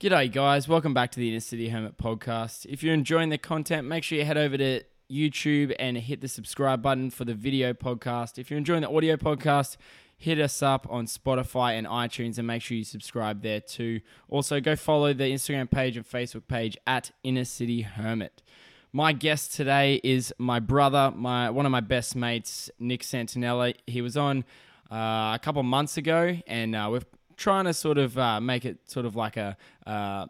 G'day, guys. Welcome back to the Inner City Hermit podcast. If you're enjoying the content, make sure you head over to YouTube and hit the subscribe button for the video podcast. If you're enjoying the audio podcast, hit us up on Spotify and iTunes and make sure you subscribe there too. Also, go follow the Instagram page and Facebook page at Inner City Hermit. My guest today is my brother, my one of my best mates, Nick Santinella. He was on uh, a couple months ago, and uh, we're trying to sort of uh, make it sort of like a uh,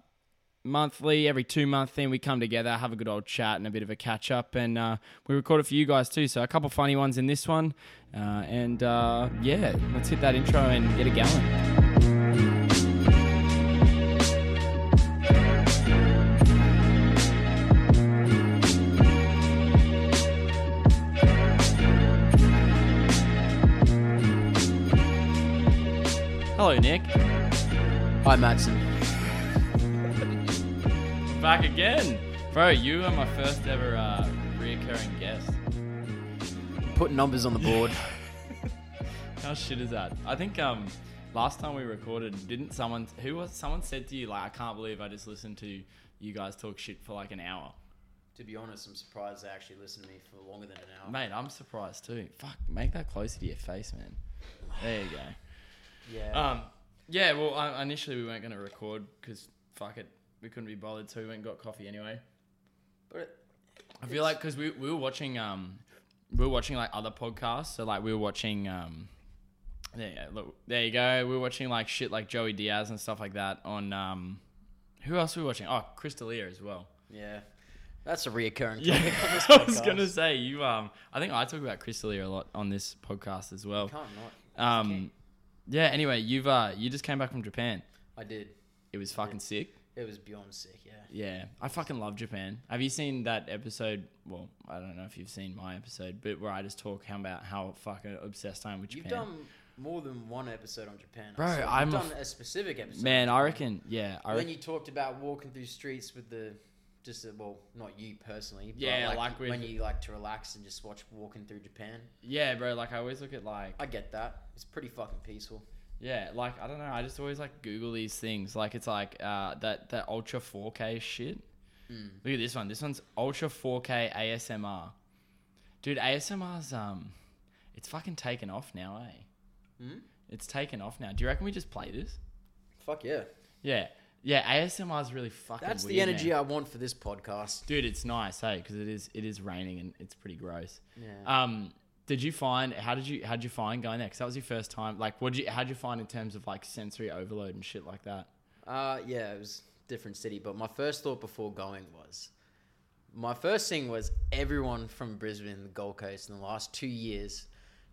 monthly, every two month thing. We come together, have a good old chat, and a bit of a catch up, and uh, we record it for you guys too. So a couple funny ones in this one, uh, and uh, yeah, let's hit that intro and get a gallon. Hello, Nick. Hi, Madsen. Back again, bro. You are my first ever uh, reoccurring guest. Put numbers on the board. How shit is that? I think um last time we recorded, didn't someone who was someone said to you like I can't believe I just listened to you guys talk shit for like an hour. to be honest, I'm surprised they actually listened to me for longer than an hour. Mate, I'm surprised too. Fuck, make that closer to your face, man. There you go. Yeah. Um, yeah. Well, I, initially we weren't gonna record because fuck it, we couldn't be bothered, so we went and got coffee anyway. but it, I feel like because we, we were watching um we were watching like other podcasts, so like we were watching um there you go, look, there you go. We were watching like shit like Joey Diaz and stuff like that on um who else were we watching? Oh, Chris D'Elia as well. yeah. That's a reoccurring topic Yeah, on this I was podcast. gonna say you um I think I talk about Chris D'Elia a lot on this podcast as well. Can't not. Um yeah. Anyway, you've uh you just came back from Japan. I did. It was fucking sick. It was beyond sick, yeah. Yeah, I fucking love Japan. Have you seen that episode? Well, I don't know if you've seen my episode, but where I just talk how about how fucking obsessed I am with You've Japan. done more than one episode on Japan. I Bro, saw. You've I'm a done f- a specific episode. Man, on I Japan. reckon. Yeah, I When reckon. you talked about walking through streets with the. Just the, well, not you personally. But Yeah, like, like with- when you like to relax and just watch walking through Japan. yeah, bro. Like I always look at like I get that. It's pretty fucking peaceful. yeah, like I don't know. I just always like Google these things. Like it's like uh that that ultra 4K shit. Hmm. Look at this one. This one's ultra 4K ASMR. Dude, ASMR's um, it's fucking taken off now, eh? Hmm? It's taken off now. Do you reckon we just play this? Fuck yeah. Yeah, yeah. ASMR is really fucking. That's the weird, energy man. I want for this podcast. dude. It's nice, hey, because it is it is raining and it's pretty gross. Yeah. Um, did you find how did you how did you find going there? Because that was your first time. Like, what did you how would you find in terms of like sensory overload and shit like that? Uh, yeah, it was different city. But my first thought before going was, my first thing was everyone from Brisbane and the Gold Coast in the last two years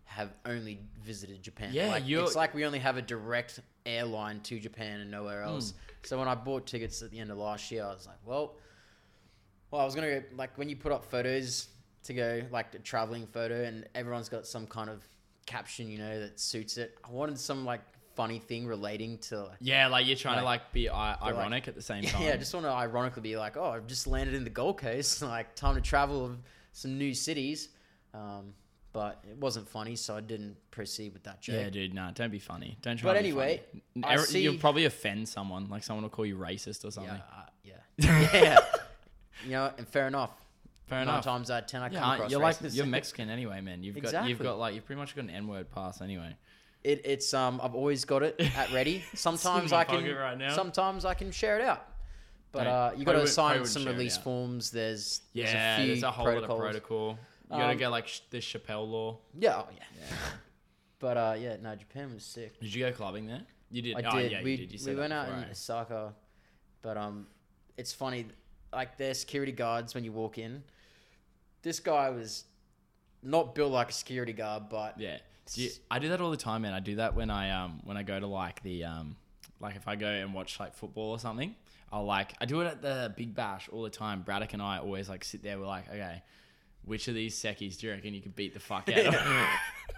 have only visited Japan. Yeah, like, you're- it's like we only have a direct airline to Japan and nowhere Hmm. else. So when I bought tickets at the end of last year, I was like, well, well, I was gonna go like when you put up photos to go like a traveling photo, and everyone's got some kind of caption, you know, that suits it. I wanted some like funny thing relating to like, Yeah, like you're trying to Like- like be I- ironic at the same time. yeah, I just want to ironically be like, oh, I've just landed in the Gold Coast, like time to travel of some new cities. Um, but it wasn't funny, so I didn't proceed with that joke. yeah, dude. Nah, don't be funny. Don't try. But to be anyway, funny. I Er- you'll see- probably offend someone. Like someone will call you racist or Yeah, something. uh, yeah, yeah. You know, and fair enough. Fair Nine enough. times out of ten, Yeah, I come aren't- across you're like racist. you're Mexican anyway, man. You've got you've Exactly. got like you've pretty much got an N-word pass anyway. It, it's um, I've always got it at ready. Sometimes my I can, pocket right now. sometimes I can share it out. But Don't- uh, you got probably to wouldn't- probably sign wouldn't some share it release out. forms. There's, there's Yeah, a few there's a whole protocols. lot of protocol. You gotta Um, go like sh- the Chappelle law. Yeah, oh, yeah. but uh, yeah, no, Japan was sick. Did you go clubbing there? You did. I oh, did. Yeah, we you did. You said we that went out before, in eh? Osaka, but um, it's funny. Like their security guards when you walk in. This guy was not built like a security guard, but Yeah. Do you- I do that all the time, man. I do that when I um when I go to like the um like if I go and watch like football or something, I'll like I do it at the Big Bash all the time. Braddock and I always like sit there. We're like, okay, which of these seckies do you reckon you could beat the fuck out of?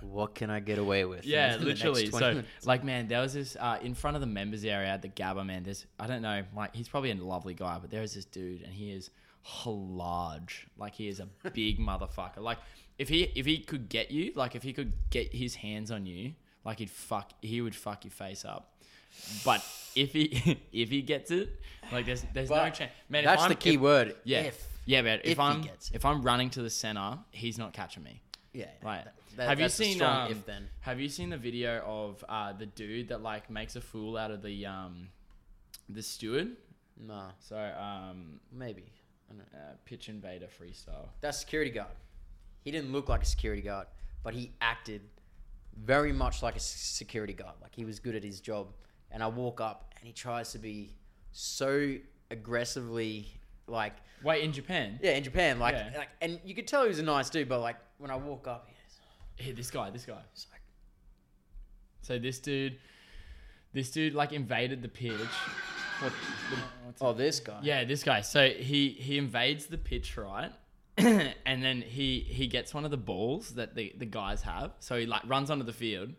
what can I get away with? Yeah, in the next literally. 20 So, minutes? like, man, there was this uh, in front of the members area at the Gabba. Man, there's I don't know, like he's probably a lovely guy, but there is this dude, and he is large. Like he is a big motherfucker. Like if he if he could get you, like if he could get his hands on you, like he'd fuck, he would fuck your face up. But if he if he gets it, like there's there's no But chance. Man, if That's I'm- the key if- word. yeah, If. yeah, man. If, if he I'm gets it. if I'm running to the center, he's not catching me. Yeah. Right. that- have you that's a seen strong um, if then? Have you seen the video of uh, the dude that like makes a fool out of the um the steward? No. So um Maybe. I don't know. uh, pitch invader freestyle. That security guard. He didn't look like a security guard, but he acted very much like a s- security guard. Like he was good at his job. And I walk up and he tries to be so aggressively like Wait, in Japan, yeah in Japan like Yeah. like and you could tell he was a nice dude, but like when I walk up, he's hey, this guy, this guy. it's like So this dude, this dude like invaded the pitch. What? what's oh this guy Yeah, this guy. So he he invades the pitch, right? and then he he gets one of the balls that the, the guys have. So he like runs onto the field.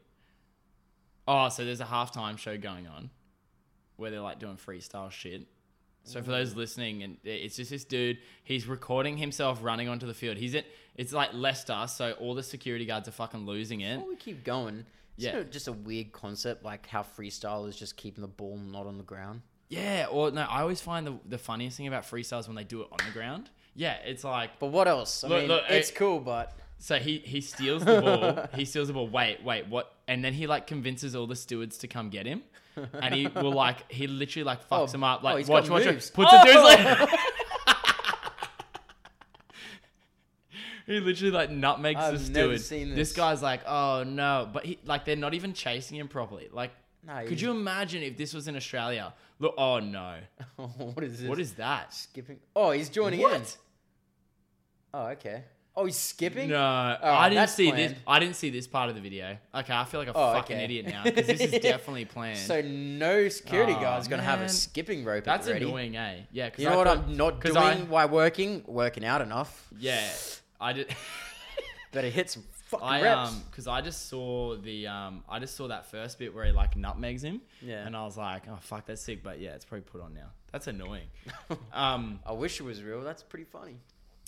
Oh, so there's a halftime show going on where they're like doing freestyle shit. So for those listening, and it's just this dude. He's recording himself running onto the field. He's at it's like Leicester, so all the security guards are fucking losing it. Before we keep going, Yeah. isn't it just a weird concept like how freestyle is just keeping the ball not on the ground? Yeah, or no, I always find the the funniest thing about freestyles when they do it on the ground. Yeah, it's like But what else? I Look, mean, look, it's it- cool, but So he he steals the ball. he steals the ball. Wait, wait, what? And then he like convinces all the stewards to come get him, and he will like he literally like fucks Oh, him up. oh, Like he's watch, got watch, watch, moves. Oh! puts it through his leg. He literally like nutmegs the I've steward. never seen this this. guy's like, oh no, but he like they're not even chasing him properly. Like, No, could he's- you imagine if this was in Australia? Look, oh no, what is this? what is that? skipping? Oh, he's joining in. What? Oh, okay. Oh, he's skipping. No, I didn't that's see this. planned. I didn't see this part of the video. Okay, I feel like a Oh, fucking okay. idiot now because this is definitely planned. So no security Aw, guard's gonna have man. a skipping rope. That's ready. annoying, eh? Yeah, 'cause You I know what put- I'm not 'cause doing I- while working? Working out enough. yeah, I did. Better hit some fucking I reps. um, because I just saw the um, I just saw that first bit where he like nutmegs him. Yeah. and I was like, oh fuck, that's sick. But yeah, it's probably put on now. That's annoying. um, I wish it was real. That's pretty funny.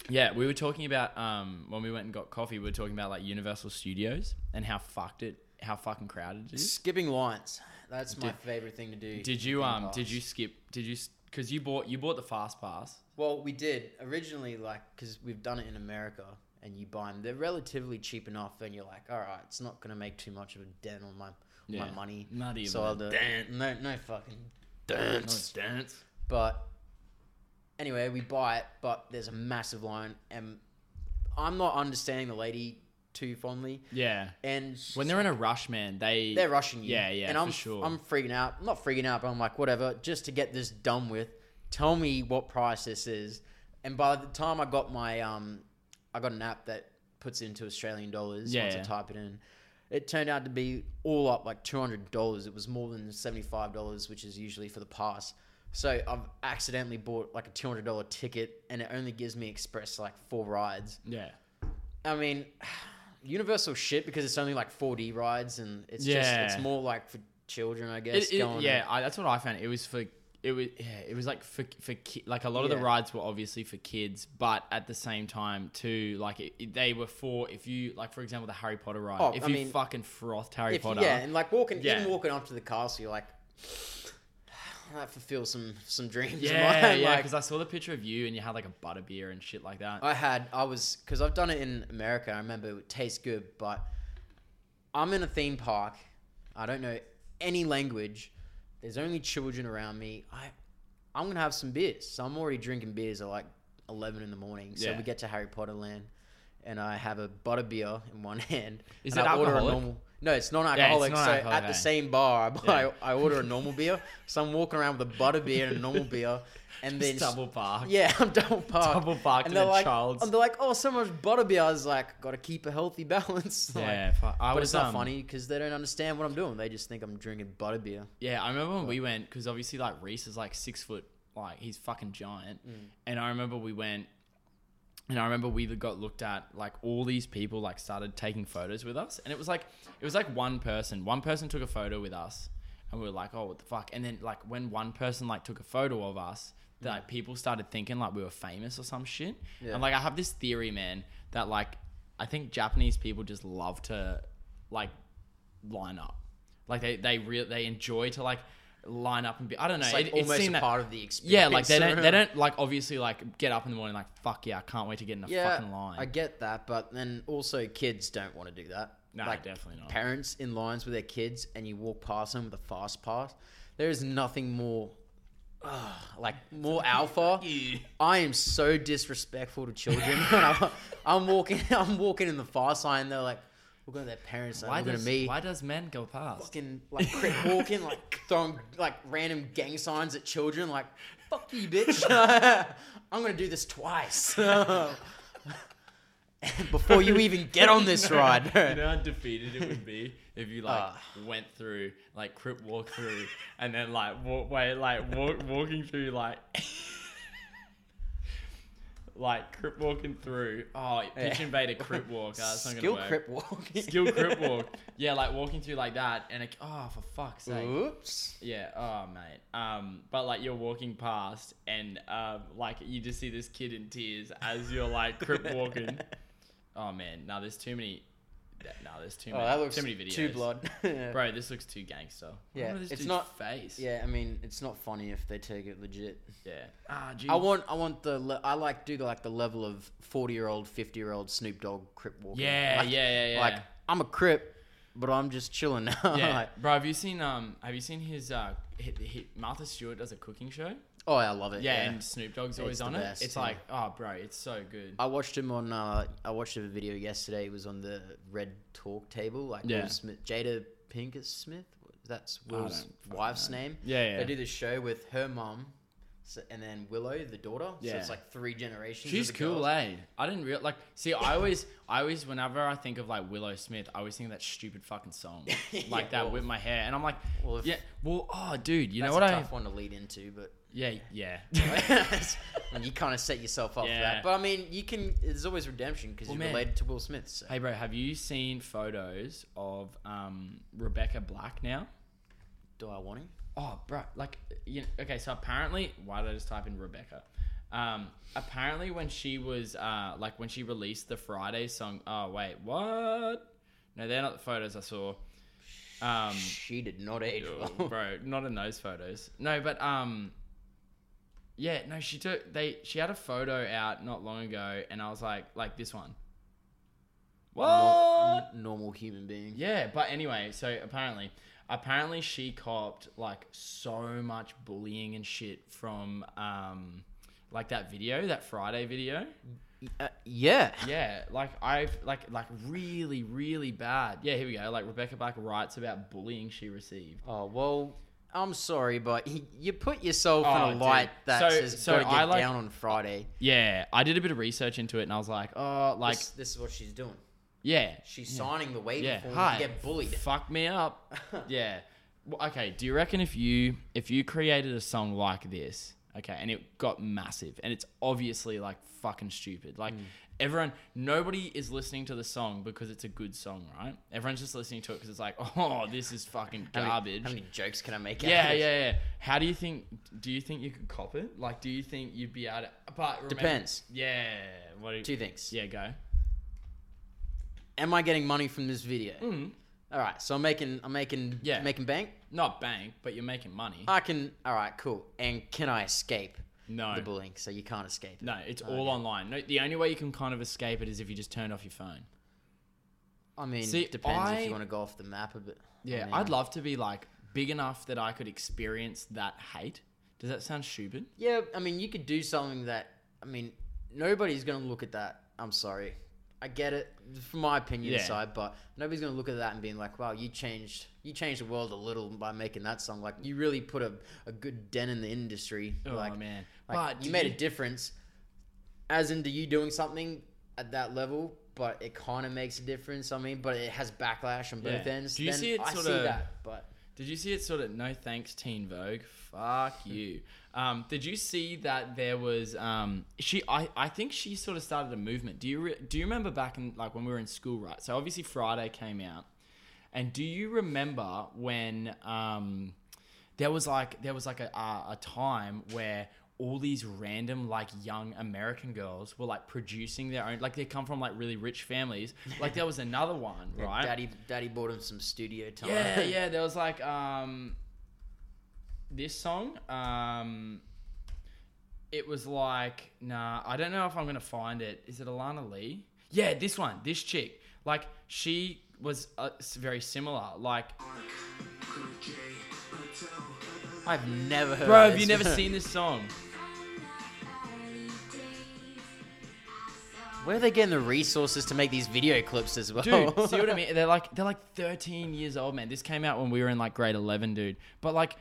yeah, we were talking about um, when we went and got coffee, we were talking about like Universal Studios and how fucked it, how fucking crowded it is. Skipping lines. That's my favorite thing to do. Hmm? Did you in um? class. Did you skip? Did you? Because you bought you bought the fast pass. Well, we did originally, like, because we've done it in America, and you buy them. They're relatively cheap enough, and you're like, all right, it's not gonna make too much of a dent on my on Yeah. my money. Not even So a I'll do dent. no no fucking Dance, dance. But anyway, we buy it, but there's a massive line, and I'm not understanding the lady too fondly. Yeah. And When they're in a rush, man, they they're rushing you, Yeah, yeah, and for I'm sure. I'm freaking out, I'm not freaking out, but I'm like, whatever, just to get this done with. Tell me what price this is, and by the time I got my um, I got an app that puts it into Australian dollars Yeah, once yeah. I type it in. It turned out to be all up like two hundred dollars. It was more than seventy five dollars, which is usually for the pass. So I've accidentally bought like a two hundred dollar ticket, and it only gives me express like four rides. yeah. I mean, Universal shit because it's only like 4D rides and it's Yeah. just it's more like for children, I guess. It, it- going yeah, I, that's what I found. It was for it was yeah, it was like for for ki- like a lot of the Yeah. rides were obviously for kids, but at the same time too, like it, it- they were for if you like for example the Harry Potter ride. Oh, if I you mean- fucking frothed Harry if, Potter, yeah, and like walking Yeah. in, walking up to the castle, you're like, that fulfills some some dreams. of yeah, mine. yeah. like, Because I saw the picture of you and you had like a butter beer and shit like that. I had, I was, because I've done it in America. I remember it tastes good, but I'm in a theme park. I don't know any language. There's only children around me. I, I'm gonna have some beers. So I'm already drinking beers at like 11 in the morning. So Yeah. we get to Harry Potter land, and I have a butter beer in one hand. Is and it I order a alcoholic? normal- No, it's non-alcoholic. so non-alcoholic, at eh? the same bar, I, buy, Yeah. I order a normal beer. So I'm walking around with a butter beer and a normal beer, and It's then double bar. yeah, I'm double parked. Double parked and they're then like, child's. And they're like, oh, so much butterbeer. I was like, gotta keep a healthy balance. Like, Yeah, fu- I but was it's not um, funny because they don't understand what I'm doing. They just think I'm drinking butterbeer. Yeah, I remember when we went because obviously like Reese is like six foot, like he's fucking giant, Mm. and I remember we went, and I remember we got looked at like all these people like started taking photos with us, and it was like it was like one person, one person took a photo with us, and we were like, oh, what the fuck, and then like when one person like took a photo of us. that, Like people started thinking like we were famous or some shit, Mm. Yeah. and like I have this theory, man, that like I think Japanese people just love to like line up. Like they they real they enjoy to like line up and be. I don't know. It's like it, almost it's seen a that, part of the experience. yeah, like they don't, they don't like obviously like get up in the morning like fuck yeah, I can't wait to get in the yeah, fucking line. I get that, but then also kids don't want to do that. no, like definitely not. parents in lines with their kids, and you walk past them with a fast pass. There is nothing more, ugh, like more alpha. I am so disrespectful to children. when I'm, I'm walking, I'm walking in the fast line. They're like, "We're going to their parents. why Why going does to me?" why does men go past? fucking like crip walking, like throwing like random gang signs at children, like "fuck you, bitch." I'm gonna do this twice before you even get on this No, ride. You know how defeated it would be if you like Ah. went through like crip walk through and then like walk wait like walk, walking through like like crip walking through. Oh, pitch Yeah. invader crip walk. Oh, that's not Skill gonna work. crip walk. Skill crip walk. Yeah, like walking through like that and it, oh for fuck's sake. Oops. Yeah, oh mate. Um, but like you're walking past and um, like you just see this kid in tears as you're like crip walking. oh man, no, there's too many. No, there's too Oh, many. that looks too many videos. Too blood. bro. This looks too gangster. Yeah, Remember this it's dude's not- face. Yeah, I mean, it's not funny if they take it legit. yeah. Ah, gee. I want, I want the, le- I like do the, like the level of forty-year-old, fifty-year-old Snoop Dogg crip walking. Yeah, Like- yeah, yeah, yeah. Like I'm a crip, but I'm just chilling now. yeah, Like, bro. Have you seen um? Have you seen his uh? He, he, Martha Stewart does a cooking show. Oh, I love it. Yeah, Yeah, and Snoop Dogg's always the on it. best, it's yeah. like, oh, bro, it's so good. I watched him on. Uh, I watched a video yesterday. It was on the Red Talk Table. Like Yeah. Will Smith, Jada Pinkett Smith. That's Will's don't fucking wife's know. name. Yeah, yeah. They do this show with her mum, so, and then Willow, the daughter. So Yeah. it's like three generations. She's of the cool, girls. eh? I didn't real like. See, I always, I always, whenever I think of like Willow Smith, I always think of that stupid fucking song, like Yeah, that well- whip my hair, and I'm like, Well, if- yeah, well, oh, dude, you That's know what a I? tough one to lead into, but Yeah, yeah. and you kind of set yourself up for Yeah. that. But I mean, you can. There's always redemption because Well, you're man. related to Will Smith. So. hey, bro, have you seen photos of um Rebecca Black now? Do I want him? Oh, bro, like, you okay, so apparently, why did I just type in Rebecca? Um, apparently, when she was, uh, like, when she released the Friday song, oh, wait, what? No, they're not the photos I saw. Um, she did not age Oh, well. bro, not in those photos. No, but um, yeah, no, she took they. She had a photo out not long ago, and I was like, like this one. What? Oh! Nor- n- normal human being. Yeah, but anyway, so apparently, apparently she copped like so much bullying and shit from um, like that video, that Friday video. Uh, yeah. Yeah, like I've like like really really bad. Yeah, here we go. Like Rebecca Black writes about bullying she received. Oh well, I'm sorry, but y- you put yourself Oh, in a dude. light that So- says so gotta get I like- down on Friday. Yeah, I did a bit of research into it, and I was like, oh, like, this, this is what she's doing. yeah, She's signing the waiver yeah, form hi, to get bullied. fuck me up, yeah. Well, okay, do you reckon if you if you created a song like this, okay, and it got massive, and it's obviously like fucking stupid, like Mm. everyone, nobody is listening to the song because it's a good song, right? Everyone's just listening to it because it's like, oh, this is fucking How many- garbage. How many jokes can I make? out yeah, of this? yeah, yeah. How do you think? Do you think you could cop it? Like, do you think you'd be able to? But remember, Depends. Yeah. What do you, Two things. Yeah, go. Am I getting money from this video? Mm. All right, so I'm making, I'm making, Yeah. making bank. Not bank, but you're making money. I can. All right, cool. And can I escape no. the bullying? So you can't escape. It. No, it's all online. No, the only way you can kind of escape it is if you just turn off your phone. I mean, See, depends if I- you want to go off the map a bit. Yeah, I mean, I'd love to be like big enough that I could experience that hate. Does that sound stupid? Yeah, I mean, you could do something that I mean, nobody's gonna look at that. I'm sorry, I get it from my opinion Yeah. side, but nobody's gonna look at that and being like, "Wow, you changed, you changed the world a little by making that song. Like, you really put a, a good dent in the industry. Oh like, man, like, but you do made a difference, as into you doing something at that level." But it kind of makes a difference. I mean, but it has backlash on both Yeah. ends. Do you then see it I sort see of- that, but Did you see it sort of no thanks Teen Vogue? Fuck you. Um, did you see that there was um, she? I, I think she sort of started a movement. Do you re- do you remember back in like when we were in school, right? So obviously Friday came out, and do you remember when um, there was like there was like a uh, a time where all these random like young American girls were like producing their own like they come from like really rich families. Like there was another one, right? Daddy, Daddy bought him some studio time. Yeah, yeah. There was like um, this song. Um, it was like, nah, I don't know if I'm gonna find it. Is it Alana Lee? Yeah, this one, this chick. Like she was uh, s- very similar. Like, I've never heard. bro, of have you this. never seen this song? Where are they getting the resources to make these video clips as well? dude. see what I mean? They're like they're like 13 years old, man. This came out when we were in like grade 11, dude. But like,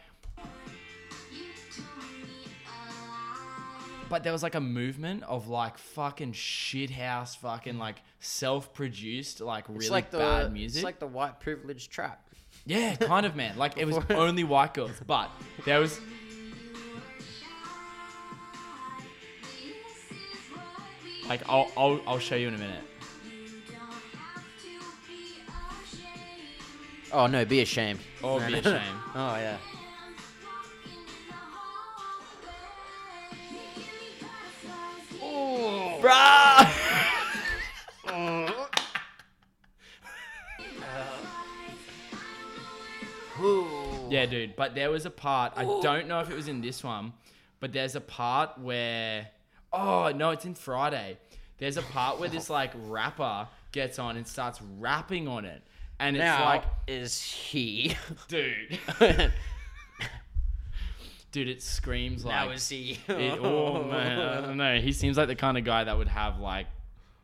but there was like a movement of like fucking shithouse, fucking like self-produced, like really it's like the bad music. It's like the white privilege trap. yeah, kind of, man. Like it was only white girls, but there was. Like I'll, I'll I'll show you in a minute. Oh no, be ashamed. Oh, No, be no. ashamed. Oh yeah. Bruh! Yeah, dude. But there was a part, I don't know if it was in this one, but there's a part where, oh, no, it's in Friday. There's a part where this like rapper gets on and starts rapping on it. And it's Now like, is he? dude, dude, it screams like. now is he? It, oh man, I don't know. He seems like the kind of guy that would have like,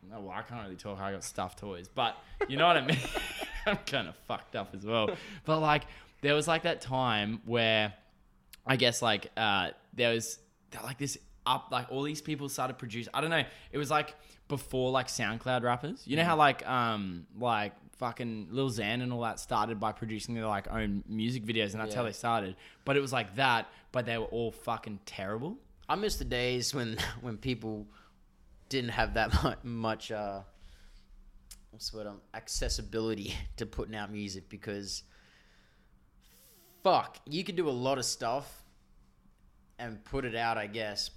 no, well, I can't really talk. I got stuffed toys, but you know what I mean. I'm kind of fucked up as well. But like, there was like that time where, I guess like uh, there was like this up like all these people started produce. I don't know. It was like before like SoundCloud rappers. You know how like um like fucking Lil Xan and all that started by producing their like own music videos, and that's how Yeah. they started. But it was like that, but they were all fucking terrible. I miss the days when when people didn't have that much, much uh, what's the word, um, accessibility to putting out music because fuck, you could do a lot of stuff and put it out. I guess.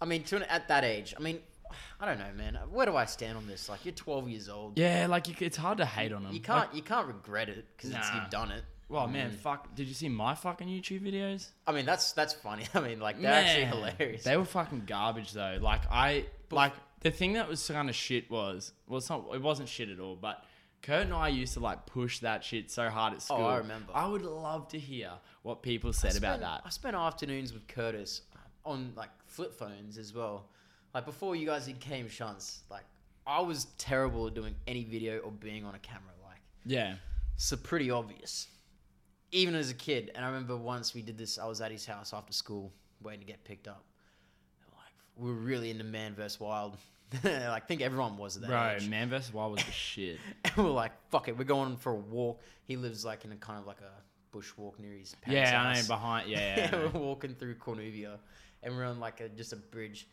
I mean, to an, at that age, I mean, I don't know, man. Where do I stand on this? Like, you're 12 years old. Yeah, like you, c- it's hard to hate on them. You can't Mm. you can't regret it because Nah. you've done it. well, man, fuck. Did you see my fucking YouTube videos? I mean, that's that's funny. I mean, like they're actually Man, hilarious. They were fucking garbage though. Like I like the thing that was kind of shit was well, it's not it wasn't shit at all, but. Kurt and I used to like push that shit so hard at school. Oh, I remember. I would love to hear what people said about spent- I that. spent afternoons with Curtis uh, on like flip phones as well. Like before you guys became shunts, like I was terrible at doing any video or being on a camera. Like Yeah. so pretty obvious, even as a kid. And I remember once we did this. I was at his house after school, waiting to get picked up. And, Like we were really into Man vs Wild. like I think everyone was at that Bro, age. Man vs. Wild was the shit. And we're like, fuck it, we're going for a walk. He lives like in a kind of like a bush walk near his parents' yeah, I know, house. behind. Yeah, yeah, I Yeah, know. we're walking through Cornuvia, and we're on like a, just a bridge,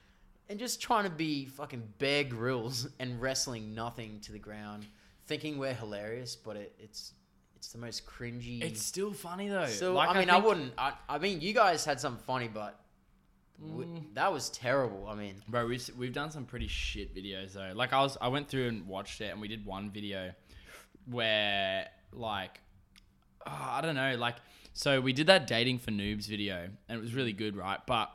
and just trying to be fucking bear grills and wrestling nothing to the ground, thinking we're hilarious, but it, it's it's the most cringy. It's still funny though. so Like, I mean, I, think- wouldn't. I, I mean, you guys had some funny, but w Mm. that was terrible. I mean, Bro, we've, s- we've done some pretty shit videos though. Like I was, I went through and watched it, and we did one video where like ah, I don't know, like so we did that dating for noobs video, and it was really good, right? But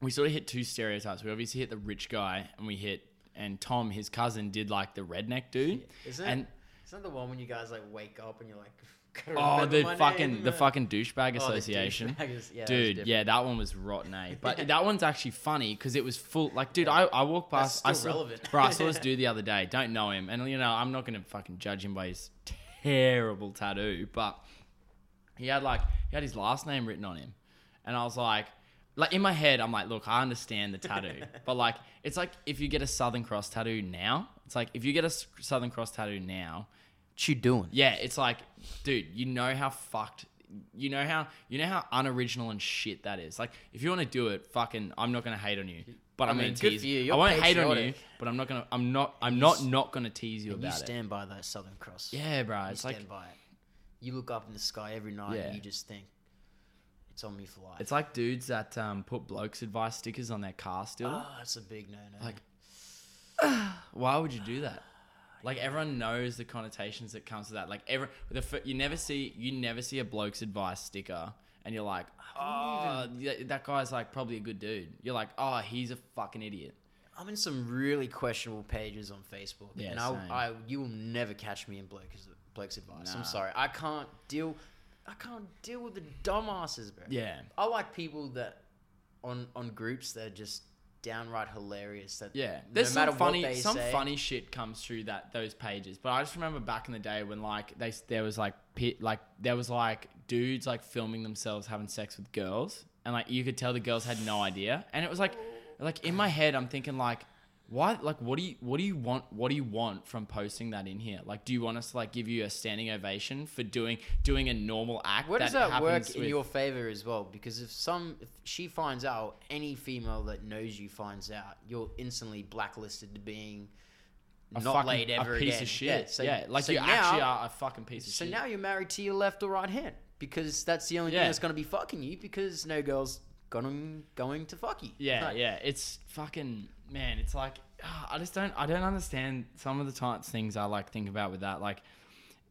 we sort of hit two stereotypes. We obviously hit the rich guy, and we hit and Tom, his cousin, did like the redneck dude, is it? and is that the one when you guys like wake up and you're like, "Gotta oh remember the my fucking name." the fucking douchebag Oh, the association. douchebaggers. Yeah, that was Dude, different. yeah, that one was rotten, eh? But that one's actually funny because it was full. Like, dude, I, I walked That's past. I still saw, relevant. bro, I saw this dude the other day. Don't know him, and you know, I'm not gonna fucking judge him by his terrible tattoo, but he had like he had his last name written on him, and I was like, like in my head, I'm like, look, I understand the tattoo, but like, it's like if you get a Southern Cross tattoo now, it's like if you get a S- Southern Cross tattoo now, What you doing? yeah, it's like, dude, you know how fucked, you know how, you know how unoriginal and shit that is. Like, if you want to do it, fucking, I'm not gonna hate on you, but I am mean, gonna good tease for you. I You're won't hate on you, patriotic. but I'm not gonna, I'm not, I'm not s- not gonna tease you You about it. stand by that Southern Cross. Yeah, bro, You it's like, stand by it. You look up in the sky every night Yeah. and you just think, it's on me for life. it's like dudes that um, put blokes advice stickers on their car still. oh, that's a big no no. Like- Why would you do that? Like everyone knows the connotations that comes to that. Like every the fir- you never see you never see a bloke's advice sticker and you're like, oh, th- that guy's like probably a good dude. You're like, oh, he's a fucking idiot. I'm in some really questionable pages on Facebook, Yeah, and I, same. I you will never catch me in Blake's Blake's advice. Nah. I'm sorry, I can't deal. I can't deal with the dumbasses, bro. Yeah. I like people that on on groups that are just downright hilarious. That Yeah, no there's matter some funny what they some say, funny shit comes through that those pages. But I just remember back in the day when like they there was like pi- like there was like dudes like filming themselves having sex with girls, and like you could tell the girls had no idea, and it was like like in my head I'm thinking like. Why? Like, what do you what do you want? What do you want from posting that in here? Like, do you want us to like give you a standing ovation for doing doing a normal act? Where does that, work happens in with- your favor as well? Because if some if she finds out, or any female that knows you finds out, you're instantly blacklisted to being a not fucking- laid ever a piece again. of shit? Yeah, Yeah, so- like so you now- actually are a fucking piece of So shit. now you're married to your left or right hand because that's the only Yeah. thing that's going to be fucking you because no girl's going going to fuck you. Yeah, Like, yeah. It's fucking man. It's like ah, I just don't. I don't understand some of the types things I like think about with that. Like,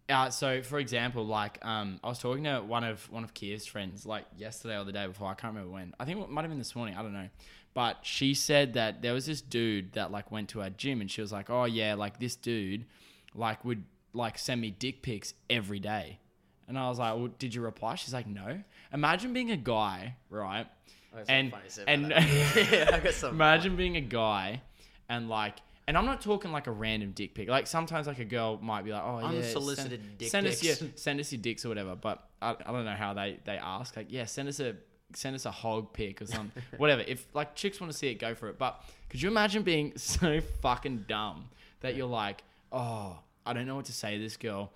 uh, so for example, like um, I was talking to one of one of Kia's friends like yesterday or the day before. I can't remember when. I think it might have been this morning. I don't know. But she said that there was this dude that like went to our gym and she was like, oh yeah, like this dude, like would like send me dick pics every day. And I was like, well, did you reply? She's like, no. Imagine being a guy, right? that's not and Oh, funny to say about and that. yeah, I got some. Imagine being a guy and like, and I'm not talking like a random dick pic. Like sometimes like a girl might be like, oh yeah, send- Unsolicited dick send Us pics. your, send us your dicks or whatever. But I, I don't know how they they ask. Like yeah, send us a send us a hog pic or something, whatever. If like chicks want to see it, go for it. But could you imagine being so fucking dumb that you're like, oh, I don't know what to say to this girl.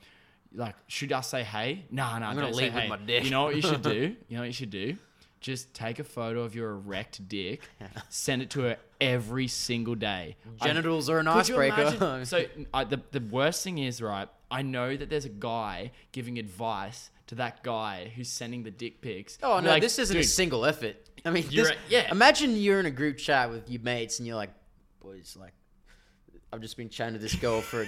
Like, should I say hey? Nah, nah. I'm gonna leave with my dick. You know what you should do? You know what you should do? Just take a photo of your erect dick, send it to her every single day. I- Genitals are an Could you icebreaker. imagine- so I, the the worst thing is right. I know that there's a guy giving advice to that guy who's sending the dick pics. Oh You're no, like, this isn't a "Dude, single effort. I mean, You're this, right, yeah. Imagine you're in a group chat with your mates, and you're like, "Boys, like, I've just been chatting to this girl for a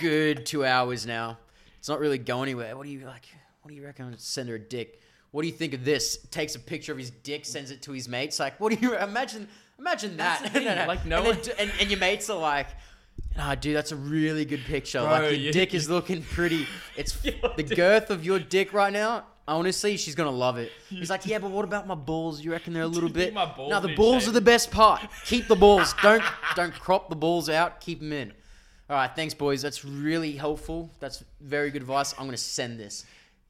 good two hours now. It's not really going anywhere. What do you like? What do you reckon? Send her a dick. What do you think of this? Takes a picture of his dick, sends it to his mates. Like, what do you imagine? Imagine That's that. the thing, like, no and, one- then, and, and your mates are like. Ah, dude, that's a really good picture. Bro, like your you- dick is looking pretty. It's Your the girth of your dick right now. Honestly, she's gonna love it. He's like, yeah, but what about my balls? You reckon they're a little bit? my balls no, the in balls shape." are the best part. Keep the balls. don't don't crop the balls out. Keep them in. All right, thanks, boys. That's really helpful. That's very good advice. I'm gonna send this.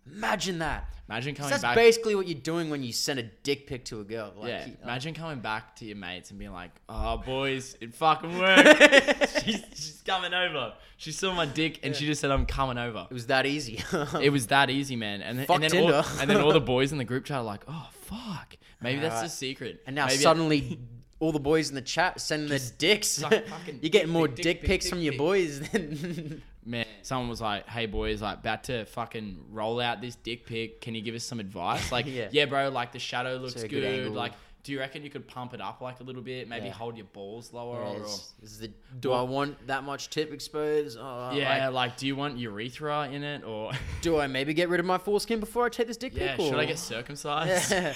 Imagine that. Imagine coming That's back. basically what you're doing when you send a dick pic to a girl. Like, yeah, you- imagine coming back to your mates and being like, "Oh, boys, it fucking worked. she's, she's coming over. She saw my dick and she just said, "I'm coming over." it was that easy. It was that easy, man. And, then- Fuck and then all, Tinder. and then all the boys in the group chat are like, "Oh, fuck. Maybe that's the Alright. secret." And now Maybe- suddenly, all the boys in the chat sending their dicks. like fucking You're dick, getting more dick, dick, dick, dick, pics dick, from your dick. boys than. man, someone was like, "Hey boys, like about to fucking roll out this dick pic. Can you give us some advice?" Like, yeah, Yeah. bro, like the shadow looks a good. good angle. like, do you reckon you could pump it up like a little bit? Maybe Yeah. hold your balls lower, Yeah, or, it's- it's the- do I want that much tip exposed? Oh, yeah, like, like, do you want urethra in it, or do I maybe get rid of my foreskin before I take this dick yeah, pic? should I or- get circumcised? Yeah.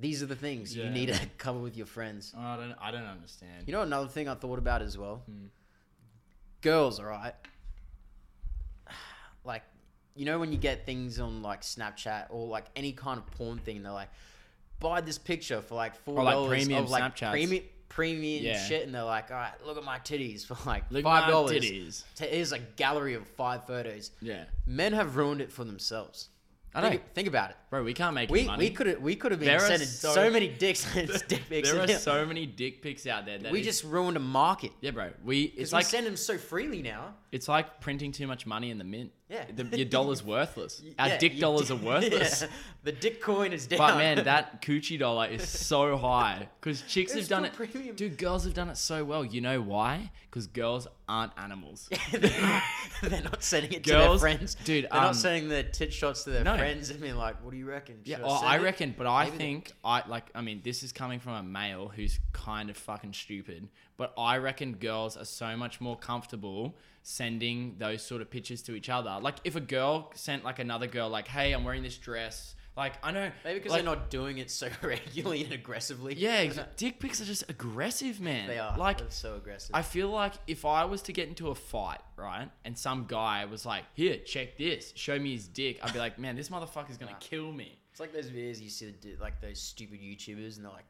These are the things Yeah. you need to cover with your friends. I don't, I don't understand. You know another thing I thought about as well. Hmm. Girls, all right. Like, you know when you get things on like Snapchat or like any kind of porn thing, they're like, buy this picture for like four Or, like, dollars premium of like Snapchats. premium premium Yeah. shit, and they're like, all right, look at my titties for like Look at five my dollars. titties. Here's a gallery of five photos. Yeah, Men have ruined it for themselves. I know. think, think about it. bro, we can't make any We money. we could have we could have There been are sending so- so, many dicks and dick pics. there are and- so many dick pics out there that we is- just ruined a market. yeah, bro. We it's It's like we send them so freely now. It's like printing too much money in the mint. Yeah. The, your dollar's worthless. Our Yeah, dick you dollars di- are worthless. Yeah, The dick coin is down. But man, that coochie dollar is so high because chicks It's have done it. still premium. Dude, girls have done it so well. You know why? Because girls aren't animals. they're, not, they're not sending it Girls- to their friends. dude, they're um, not sending their tit shots to their no. friends and being like, "What do you reckon?" Yeah, Should oh, send I it?" reckon, but I Maybe they- think I like. I mean, this is coming from a male who's kind of fucking stupid. But I reckon girls are so much more comfortable sending those sort of pictures to each other. Like, if a girl sent like another girl, like, "Hey, I'm wearing this dress." Like I know Maybe because like, they're not doing it so regularly and aggressively. Yeah, ex- dick pics are just aggressive, man. they are. Like they're so aggressive. I feel like if I was to get into a fight, right, and some guy was like, "Here, check this," show me his dick, I'd be like, "Man, this motherfucker's gonna kill me." it's like those videos you see, that do- like those stupid YouTubers, and they're like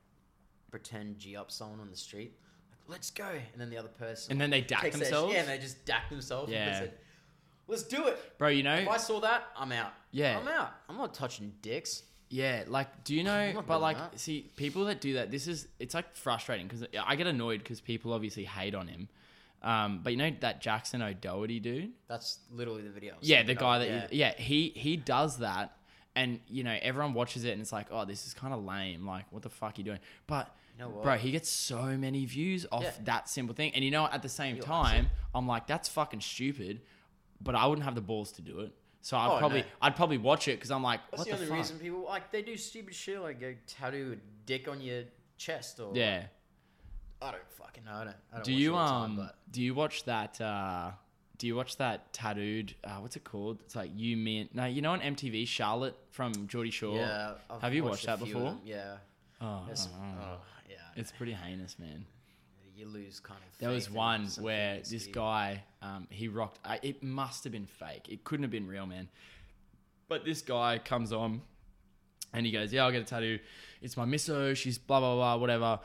pretend g up someone on the street. Like, let's go, and then the other person And then they dack takes their sh- themselves, yeah, and they just dack themselves. and Yeah. puts it- let's do it. bro. You If I know, saw that, I'm out. Yeah. I'm out. I'm not touching dicks. yeah. Like, do you know? not But doing like, that. see, people that do that, this is it's like frustrating because I get annoyed because people obviously hate on him. Um, but you know that Jackson O'Doherty dude. That's literally the video. I was Yeah, the thinking guy of, that yeah. yeah, he he does that and you know, everyone watches it and it's like, "Oh, this is kind of lame. Like, what the fuck are you doing?" But You know what? bro, he gets so many views off Yeah. that simple thing. And you know, what? at the same You're time, I'm like, that's fucking stupid, but I wouldn't have the balls to do it. So I'd Oh, no. probably I'd probably watch it cuz I'm like, That's what the, the, only fuck? reason people like they do stupid shit like go tattoo a dick on your chest or Yeah. I don't fucking know. I don't. I don't Do watch you all the time, um but do you watch that uh do you watch that tattooed uh, what's it called? It's like you me and no, you know on MTV Charlotte from Geordie Shore. yeah, I've Have you watched watched that a few of before? them, Yeah. Oh, It's- I don't know. oh, yeah. It's pretty heinous, man. You lose kind of. There was faith in one some where things, this dude. guy, um, he rocked. I, it must have been fake. It couldn't have been real, man. But this guy comes on, and he goes, "Yeah, I'll get a tattoo. It's my misso. She's blah blah blah, whatever."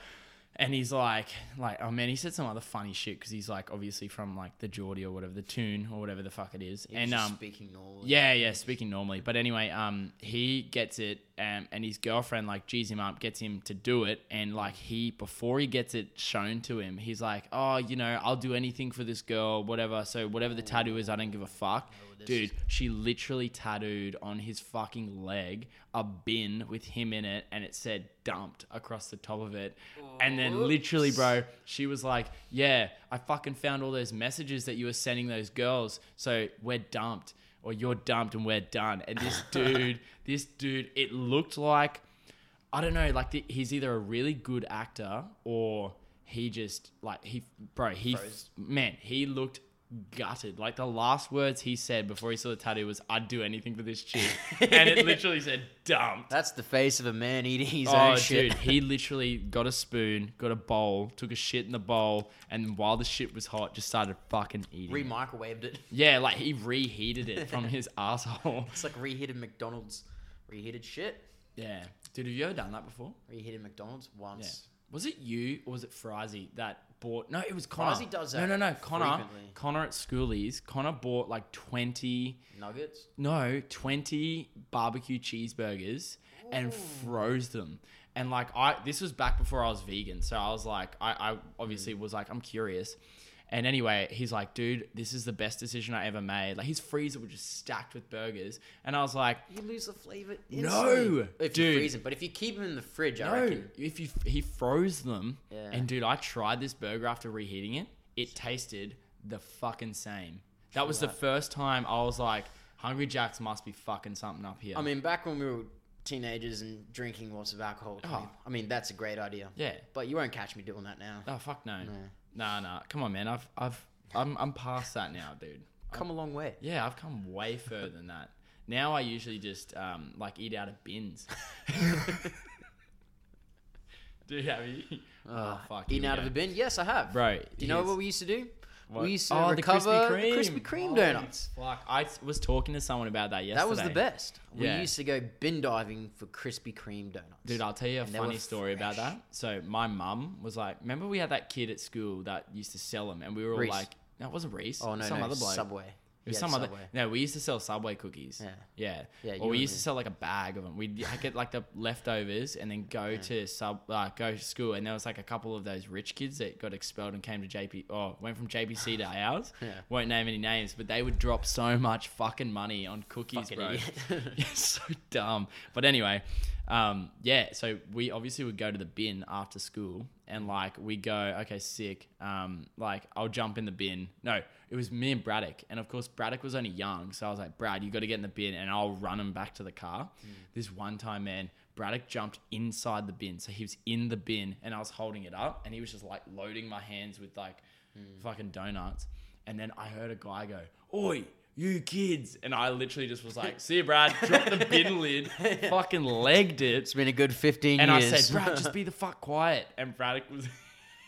And he's like, like, oh man, he said some other funny shit because he's like, obviously from like the Geordie or whatever, the tune or whatever the fuck it is. He was and just um, speaking normally. yeah, yeah, speaking normally. But anyway, um, he gets it, um, and his girlfriend like G's him up, gets him to do it, and like he before he gets it shown to him, he's like, oh, you know, I'll do anything for this girl, whatever. So whatever the tattoo is, I don't give a fuck, this dude. She literally tattooed on his fucking leg a bin with him in it, and it said dumped across the top of it, and then literally, bro, she was like, yeah, I fucking found all those messages that you were sending those girls, so we're dumped or you're dumped and we're done. And this dude, this dude, it looked like, I don't know, like the, he's either a really good actor or he just like he, bro, he, Froze. man, he looked gutted. Like the last words he said before he saw the tattoo was, "I'd do anything for this chick," and it literally said, "Dumped." That's the face of a man eating his Oh, own shit. dude, he literally got a spoon, got a bowl, took a shit in the bowl, and while the shit was hot, just started fucking eating. it. Re-microwaved it. yeah, like he reheated it from his asshole. It's like reheated McDonald's. Reheated shit. Yeah. Dude, have you ever done that before? Reheated McDonald's once. Was it you or was it Frizy that bought? No, it was Connor. Frizy does No, that no, no. Connor. frequently. Connor at Schoolies. Connor bought like 20, Nuggets. no, 20 barbecue cheeseburgers and froze them. And like, I, this was back before I was vegan. So I was like, I, I Mm. obviously was like, I'm curious. And anyway, he's like, dude, this is the best decision I ever made. Like, his freezer was just stacked with burgers. And I was like, You lose the flavor. No, if dude. you freeze them, but if you keep them in the fridge, I No, reckon. if you he froze them, Yeah. and dude, I tried this burger after reheating it. It tasted the fucking same. That was the first time I was like, "Hungry Jacks must be fucking something up here." I mean, back when we were teenagers and drinking lots of alcohol, Oh. I mean that's a great idea. yeah. But you won't catch me doing that now. Oh fuck no. Nah, nah. Come on, man. I've I've I'm I'm past that now, dude. Come a long way. Yeah, I've come way further than that. Now I usually just um like eat out of bins. dude, have you? oh fuck. Eating here we out of go. a bin? Yes, I have. Bro, Do you know here's- what we used to do? What? We used to Oh, the recover the Krispy Krispy Kreme. Kreme, Oh, donuts. Fuck, I s- was talking to someone about that yesterday. That was the best. Yeah. We used to go bin diving for Krispy Kreme donuts. Dude, I'll tell you a they were funny story about fresh. that. So my mum was like, remember we had that kid at school that used to sell them, and we were all Reese. like, no, it wasn't Reese. oh no, some no, other bloke. Subway. It was Yeah, some other. Subway. No, we used to sell Subway cookies. Yeah. Yeah. Yeah, Or you we and used to me. sell like a bag of them. We'd I'd get like the leftovers and then go to sub, uh, go to school. And there was like a couple of those rich kids that got expelled and came to JP, or went from JPC to ours. Yeah. Won't name any names, but they would drop so much fucking money on cookies, Fucking bro. idiot. Yeah, so dumb. But anyway, um, yeah. So we obviously would go to the bin after school, and like we go, okay, sick. Um, like I'll jump in the bin. No, it was me and Braddock, and of course Braddock was only young, so I was like, Brad, you got to get in the bin, and I'll run him back to the car. This one time, man. Braddock jumped inside the bin, so he was in the bin, and I was holding it up, and he was just like loading my hands with like fucking donuts, and then I heard a guy go, "Oi, you kids. And I literally just was like, see you, Brad. Dropped the bin lid, fucking legged it. It's been a good 15 And I years. said, Brad, just be the fuck quiet. And Braddock was,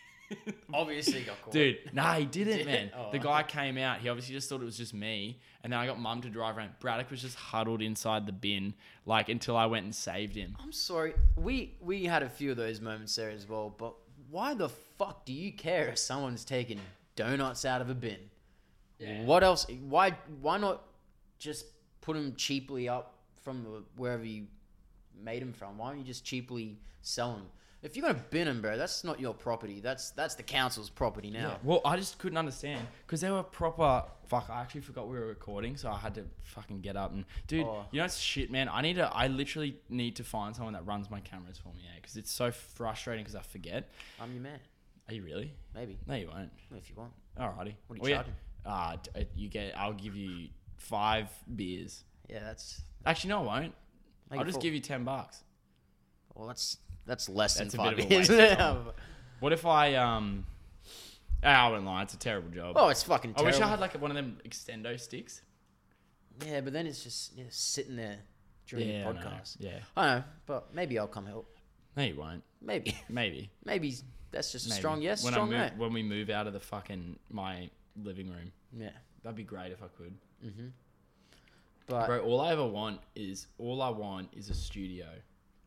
Obviously got caught. dude, nah, he didn't, Did- man. oh, the okay. guy came out. He obviously just thought it was just me. And then I got mum to drive around. Braddock was just huddled inside the bin, like until I went and saved him. I'm sorry. We we had a few of those moments there as well, but why the fuck do you care if someone's taking donuts out of a bin? What else? Why why not just put them cheaply up from the, wherever you made them from? Why don't you just cheaply sell them? If you're gonna bin them, bro, that's not your property. That's that's the council's property now. Yeah. Well, I just couldn't understand because they were proper. Fuck, I actually forgot we were recording, so I had to fucking get up and dude. Oh. You know, it's shit, man. I need to. I literally need to find someone that runs my cameras for me, yeah, because it's so frustrating because I forget. I'm your man. Are you really? Maybe No, you won't. if you want. Alrighty. What are you Well, yeah. charging? Ah, d- uh, you get. I'll give you five beers. Yeah, that's Actually, no, I won't. Make I'll it just four. give you ten bucks. well, that's that's less That's a than five bit of a years. waste of What if I um? Ah, I wouldn't lie. It's a terrible job. oh, it's fucking. I Terrible. wish I had like one of them extendo sticks. Yeah, but then it's just you know, sitting there during Yeah, I the know. podcast. Yeah. I know, but maybe I'll come help. No, you won't. Maybe, Maybe. maybe that's just a Maybe. strong yes, when strong I no. move, When we move out of the fucking my living room, Yeah, that'd be great if I could. but Bro, all I ever want is all I want is a studio.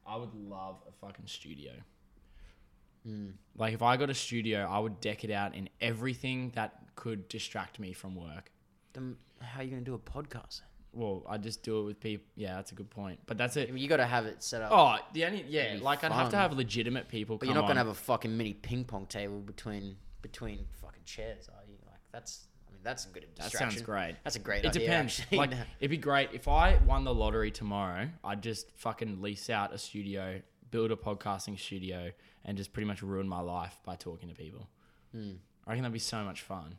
I would love a fucking studio. Mm. Like if I got a studio, I would deck it out in everything that could distract me from work. then how are you gonna do a podcast? Well, I just do it with people. Yeah, that's a good point. But that's it. I mean, you gotta have it set up, Oh, the only yeah, It'd be like I'd have to fun. have legitimate people. but you're not gonna have a fucking mini ping pong table between between fucking chairs, are you? Like that's, I mean, that's a good That distraction. sounds great. That's a great It idea. depends. Actually. Like it'd be great if I won the lottery tomorrow. I'd just fucking lease out a studio, build a podcasting studio, and just pretty much ruin my life by talking to people. Hmm. I reckon that'd be so much fun.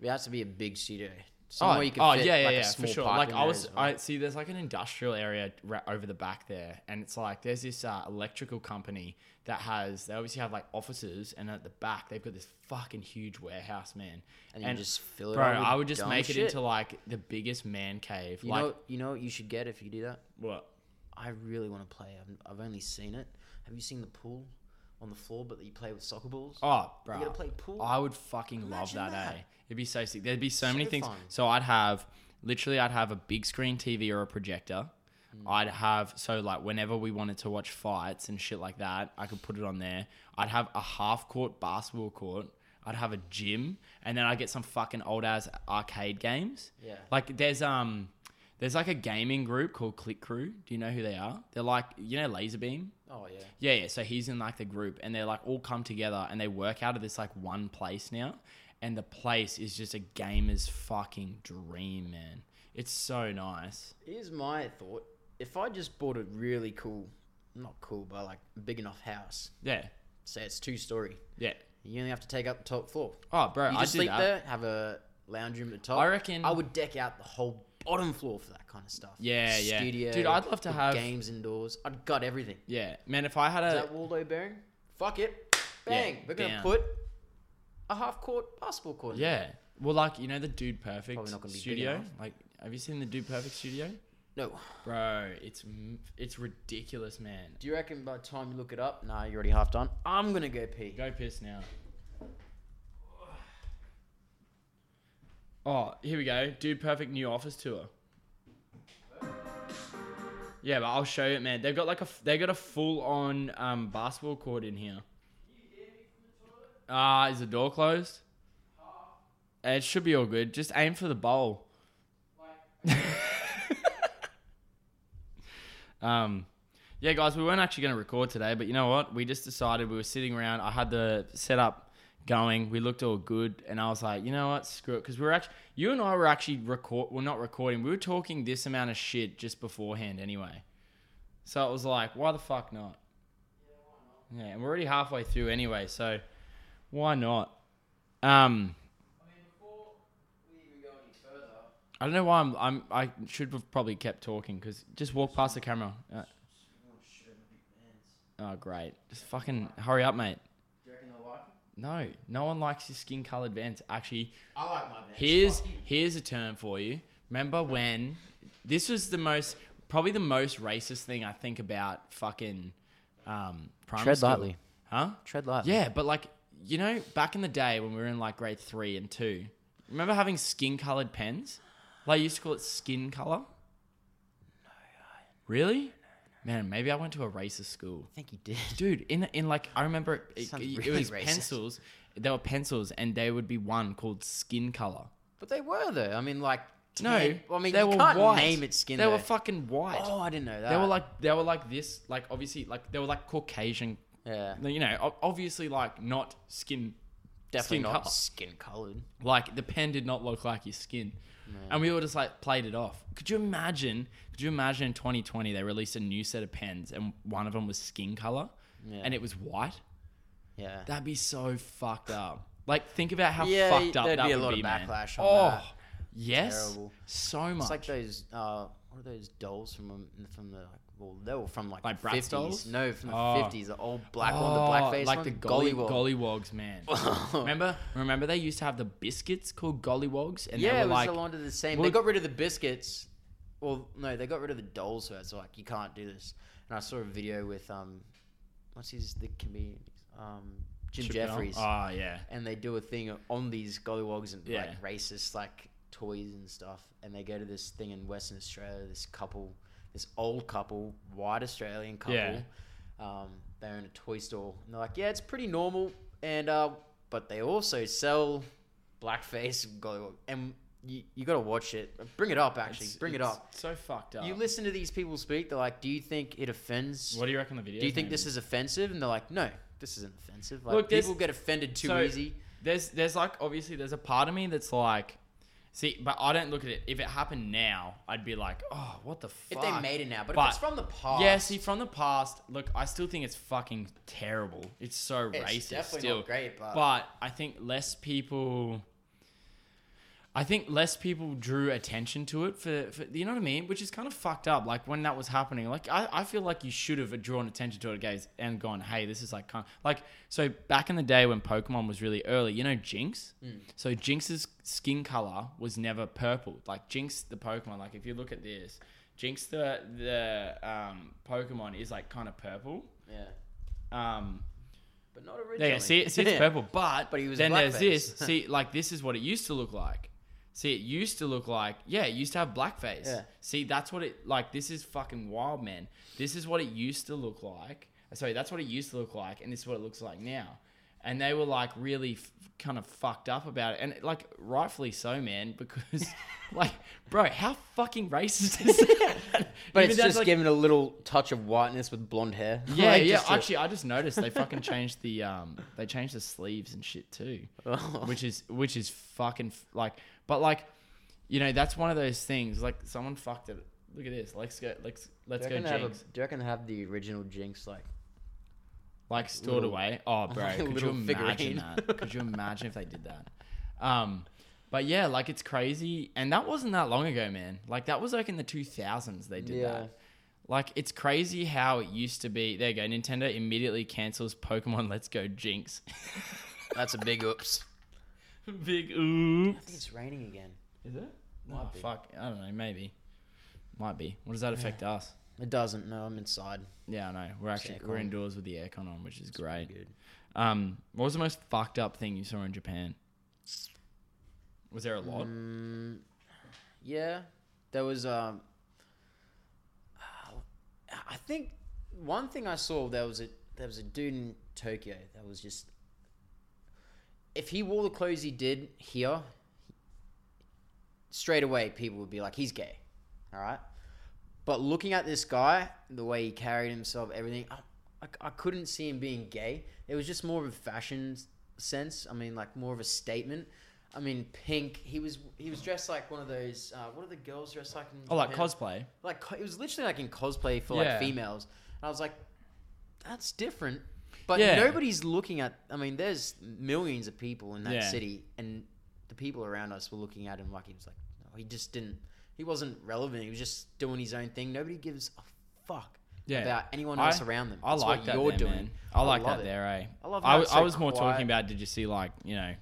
it has to be a big studio, somewhere oh, you can oh, fit yeah, yeah, like yeah, a small for sure. park Like in I there was, as well. I see. There's like an industrial area ra- over the back there, and it's like there's this uh, electrical company that has. They obviously have like offices, and at the back they've got this fucking huge warehouse, man. and you just fill it. Bro, up with I would just dumb make shit. it into like the biggest man cave. You like know, you know what you should get if you do that. what? I really want to play. I've, I've only seen it. Have you seen the pool on the floor, but you play with soccer balls? Oh, bro. gotta play pool. I would fucking love Imagine that, that. eh? It'd be so sick. There'd be so, many So things. fun. So I'd have literally I'd have a big screen TV or a projector. Mm. I'd have so like whenever we wanted to watch fights and shit like that, I could put it on there. I'd have a half court basketball court. I'd have a gym and then I'd get some fucking old ass arcade games. Yeah. Like there's um there's like a gaming group called Click Crew. Do you know who they are? They're like you know Laserbeam? Oh yeah. Yeah, yeah. So he's in like the group, and they're like all come together, and they work out of this like one place now, and the place is just a gamer's fucking dream, man. It's so nice. Here's my thought: if I just bought a really cool, not cool, but like a big enough house, Yeah, say it's two story, yeah. you only have to take up the top floor. Oh, bro, You I just do sleep that. there, have a lounge room at the top. I reckon- I would deck out the whole bottom floor for that kind of stuff. Yeah, yeah. Studio, Dude, I'd love to put have- games indoors. I'd gut everything. Yeah, man. If I had Is a that Waldo bearing? Fuck it. Bang. Yeah, We're going to down. put a half court basketball court. in yeah, well, like you know the Dude Perfect Probably not gonna be big studio. enough. Like, have you seen the Dude Perfect studio, there. No. bro? It's m- it's ridiculous, man. Do you reckon by the time you look it up, nah, you're already half done? I'm going to go pee. Go piss now. Oh, here we go. Dude Perfect new office tour. Yeah, but I'll show you, man. They've got like a f- they got a full on um, basketball court in here. Ah, is the door closed? Eh, It should be all good. Just aim for the bowl. um, yeah, guys, we weren't actually going to record today, but you know what? We just decided we were sitting around. I had the setup going. We looked all good, and I was like, you know what? Screw it, because we were actually you and I were actually record. We're not recording. We were talking this amount of shit just beforehand, anyway. So it was like, why the fuck not? Yeah, and we're already halfway through anyway, so why not? Um, I don't know why I'm. I'm I should have probably kept talking because just walk past the camera. Uh, Oh, great. Just fucking hurry up, mate. Do you reckon they'll like No, no one likes your skin colored vans. Actually, I like my here's here's a term for you Remember when this was the most, probably the most racist thing I think about fucking um, primary Tread school. lightly. Huh? Tread lightly. Yeah, but like, you know, back in the day when we were in like grade three and two, remember having skin colored pens? Like, you used to call it skin color? Really? Man, maybe I went to a racist school. I think you did. Dude, in in like I remember it, Sounds it- it really was racist. pencils. There were pencils, and there would be one called skin color. But they were though. I mean, like No, tan- I mean, they you were can't white. name it skin. They though. were fucking white. Oh, I didn't know that. they were like they were like this, like obviously like they were like Caucasian. yeah, You know, o- obviously like not skin definitely skin not colour. skin colored. Like the pen did not look like your skin. And we all just like played it off. Could you imagine? Could you imagine in 2020 they released a new set of pens and one of them was skin color Yeah. and it was white? Yeah, That'd be so fucked up. Like think about how Yeah, fucked up there'd that be a would lot of be, man. backlash on oh, that. yes, Terrible. so much. it's like those. Uh, what are those dolls from um, from the? Like, well, they were from like, Like the Bratz 50s. dolls? No, from the Oh. 50s. The old black one, the blackface like one, the golly, Gollywog. gollywogs, man. remember, remember they used to have the biscuits called gollywogs, and yeah, they it were was like, along to the same. Well- they got rid of the biscuits. Well, no, they got rid of the dolls first. Like you can't do this. And I saw a video with um, what's his the comedian um Jim Chappelle. Jeffries. Oh yeah, and they do a thing on these gollywogs and Yeah. like racist like toys and stuff. And they go to this thing in Western Australia. This couple, this old couple, white Australian couple. Yeah. Um, they own a toy store, and they're like, yeah, it's pretty normal. And uh, but they also sell blackface gollywog, and you, you got to watch it. Bring it up, actually, It's- bring it it's up. So fucked up. You listen to these people speak. They're like, do you think it offends? what do you reckon the video? do you think this is offensive? And they're like, no, this isn't offensive. Like Look, there's- people get offended too so- easy. There's there's like obviously there's a part of me that's like, see, but I don't look at it. If it happened now, I'd be like, oh, what the If fuck? they made it now, but, But- if it's from the past, Yeah, see, from the past, look, I still think it's fucking terrible. It's so it's racist. definitely still. not great. But, but I think less people. I think less people drew attention to it for, for you know what I mean, which is kind of fucked up. Like when that was happening, like I, I feel like you should have drawn attention to it, guys, and gone, hey, this is like kind like so back in the day when Pokemon was really early, you know Jinx. So Jinx's skin color was never purple. Like Jinx the Pokemon, like if you look at this, Jinx the the um, Pokemon is like kind of purple. yeah, Um, but not originally. yeah, yeah, see, see, it's purple, but, But he was then there's this. blackface. See, like this is what it used to look like. See, it used to look like yeah, it used to have blackface. Yeah. See, that's what it like. This is fucking wild, man. This is what it used to look like. Sorry, that's what it used to look like, and this is what it looks like now. And they were like really f- kind of fucked up about it, and like rightfully so, man, because like, bro, how fucking racist is that? But Even it's that's, just like, given a little touch of whiteness with blonde hair. yeah, Like, yeah. just to- Actually, I just noticed they fucking changed the um, they changed the sleeves and shit too, which is which is fucking f- like, but like, you know, that's one of those things. Like, someone fucked it. Look at this. Let's go. Let's let's do go. you reckon they have a- Jinx. do you reckon they have the original Jinx? Like, like stored little- away. Oh, bro, like a could you little imagine figurine. that? Could you imagine if they did that? Um, but yeah, like it's crazy, and that wasn't that long ago, man. Like that was like in the two thousands they did Yeah. that. Like it's crazy how it used to be. There you go. Nintendo immediately cancels Pokemon Let's Go Jinx. that's a big oops. Big oops. It's raining again. Is it? Might Oh, be. fuck. I don't know. Maybe. Might be. What does that affect us? It doesn't. No, I'm inside. Yeah, I know. We're actually we're aircon. indoors with the aircon on, which is great. Good. Um, what was the most fucked up thing you saw in Japan? Was there a lot? Mm, yeah, there was. Um, I think one thing I saw there was a there was a dude in Tokyo that was just. If he wore the clothes he did here, straight away people would be like, "He's gay," all right. But looking at this guy, the way he carried himself, everything, I, I, I couldn't see him being gay. It was just more of a fashion s- sense. I mean, like more of a statement. I mean, pink. He was he was dressed like one of those. Uh, what are the girls dressed like? In Oh, like Japan? cosplay. like co- it was literally like in cosplay for Yeah. like females. And I was like, that's different. But Yeah. nobody's looking at. I mean, there's millions of people in that Yeah. city, and the people around us were looking at him like he was like, no, he just didn't. He wasn't relevant. He was just doing his own thing. Nobody gives a fuck Yeah. about anyone I- else around them. I That's like what that. you're there, doing. man. I like love that it. there, eh? I love I, how w- it's I so was more talking quiet. about did you see like you know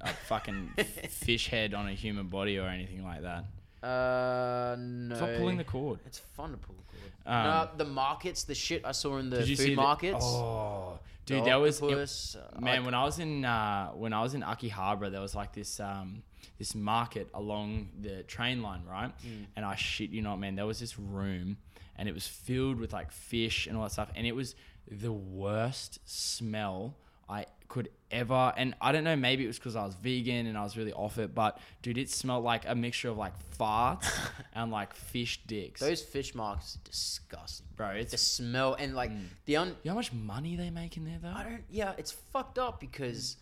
a fucking fish head on a human body or anything like that? Uh, no. Stop pulling the cord. It's fun to pull the cord. Um, no, the markets, the shit I saw in the Did you food see the- markets. oh, the dude, that was it- octopus, uh, man. like- when I was in uh, when I was in Akihabara, there was like this um, this market along the train line, right? Mm. And I shit you not, man, there was this room, and it was filled with like fish and all that stuff, and it was the worst smell I could ever. And I don't know, maybe it was because I was vegan and I was really off it, but dude, it smelled like a mixture of like farts and like fish dicks. those fish markets are disgusting, Bro, The it's smell and like Mm. the un. you know how much money they make in there though. I don't. Yeah, it's fucked up because,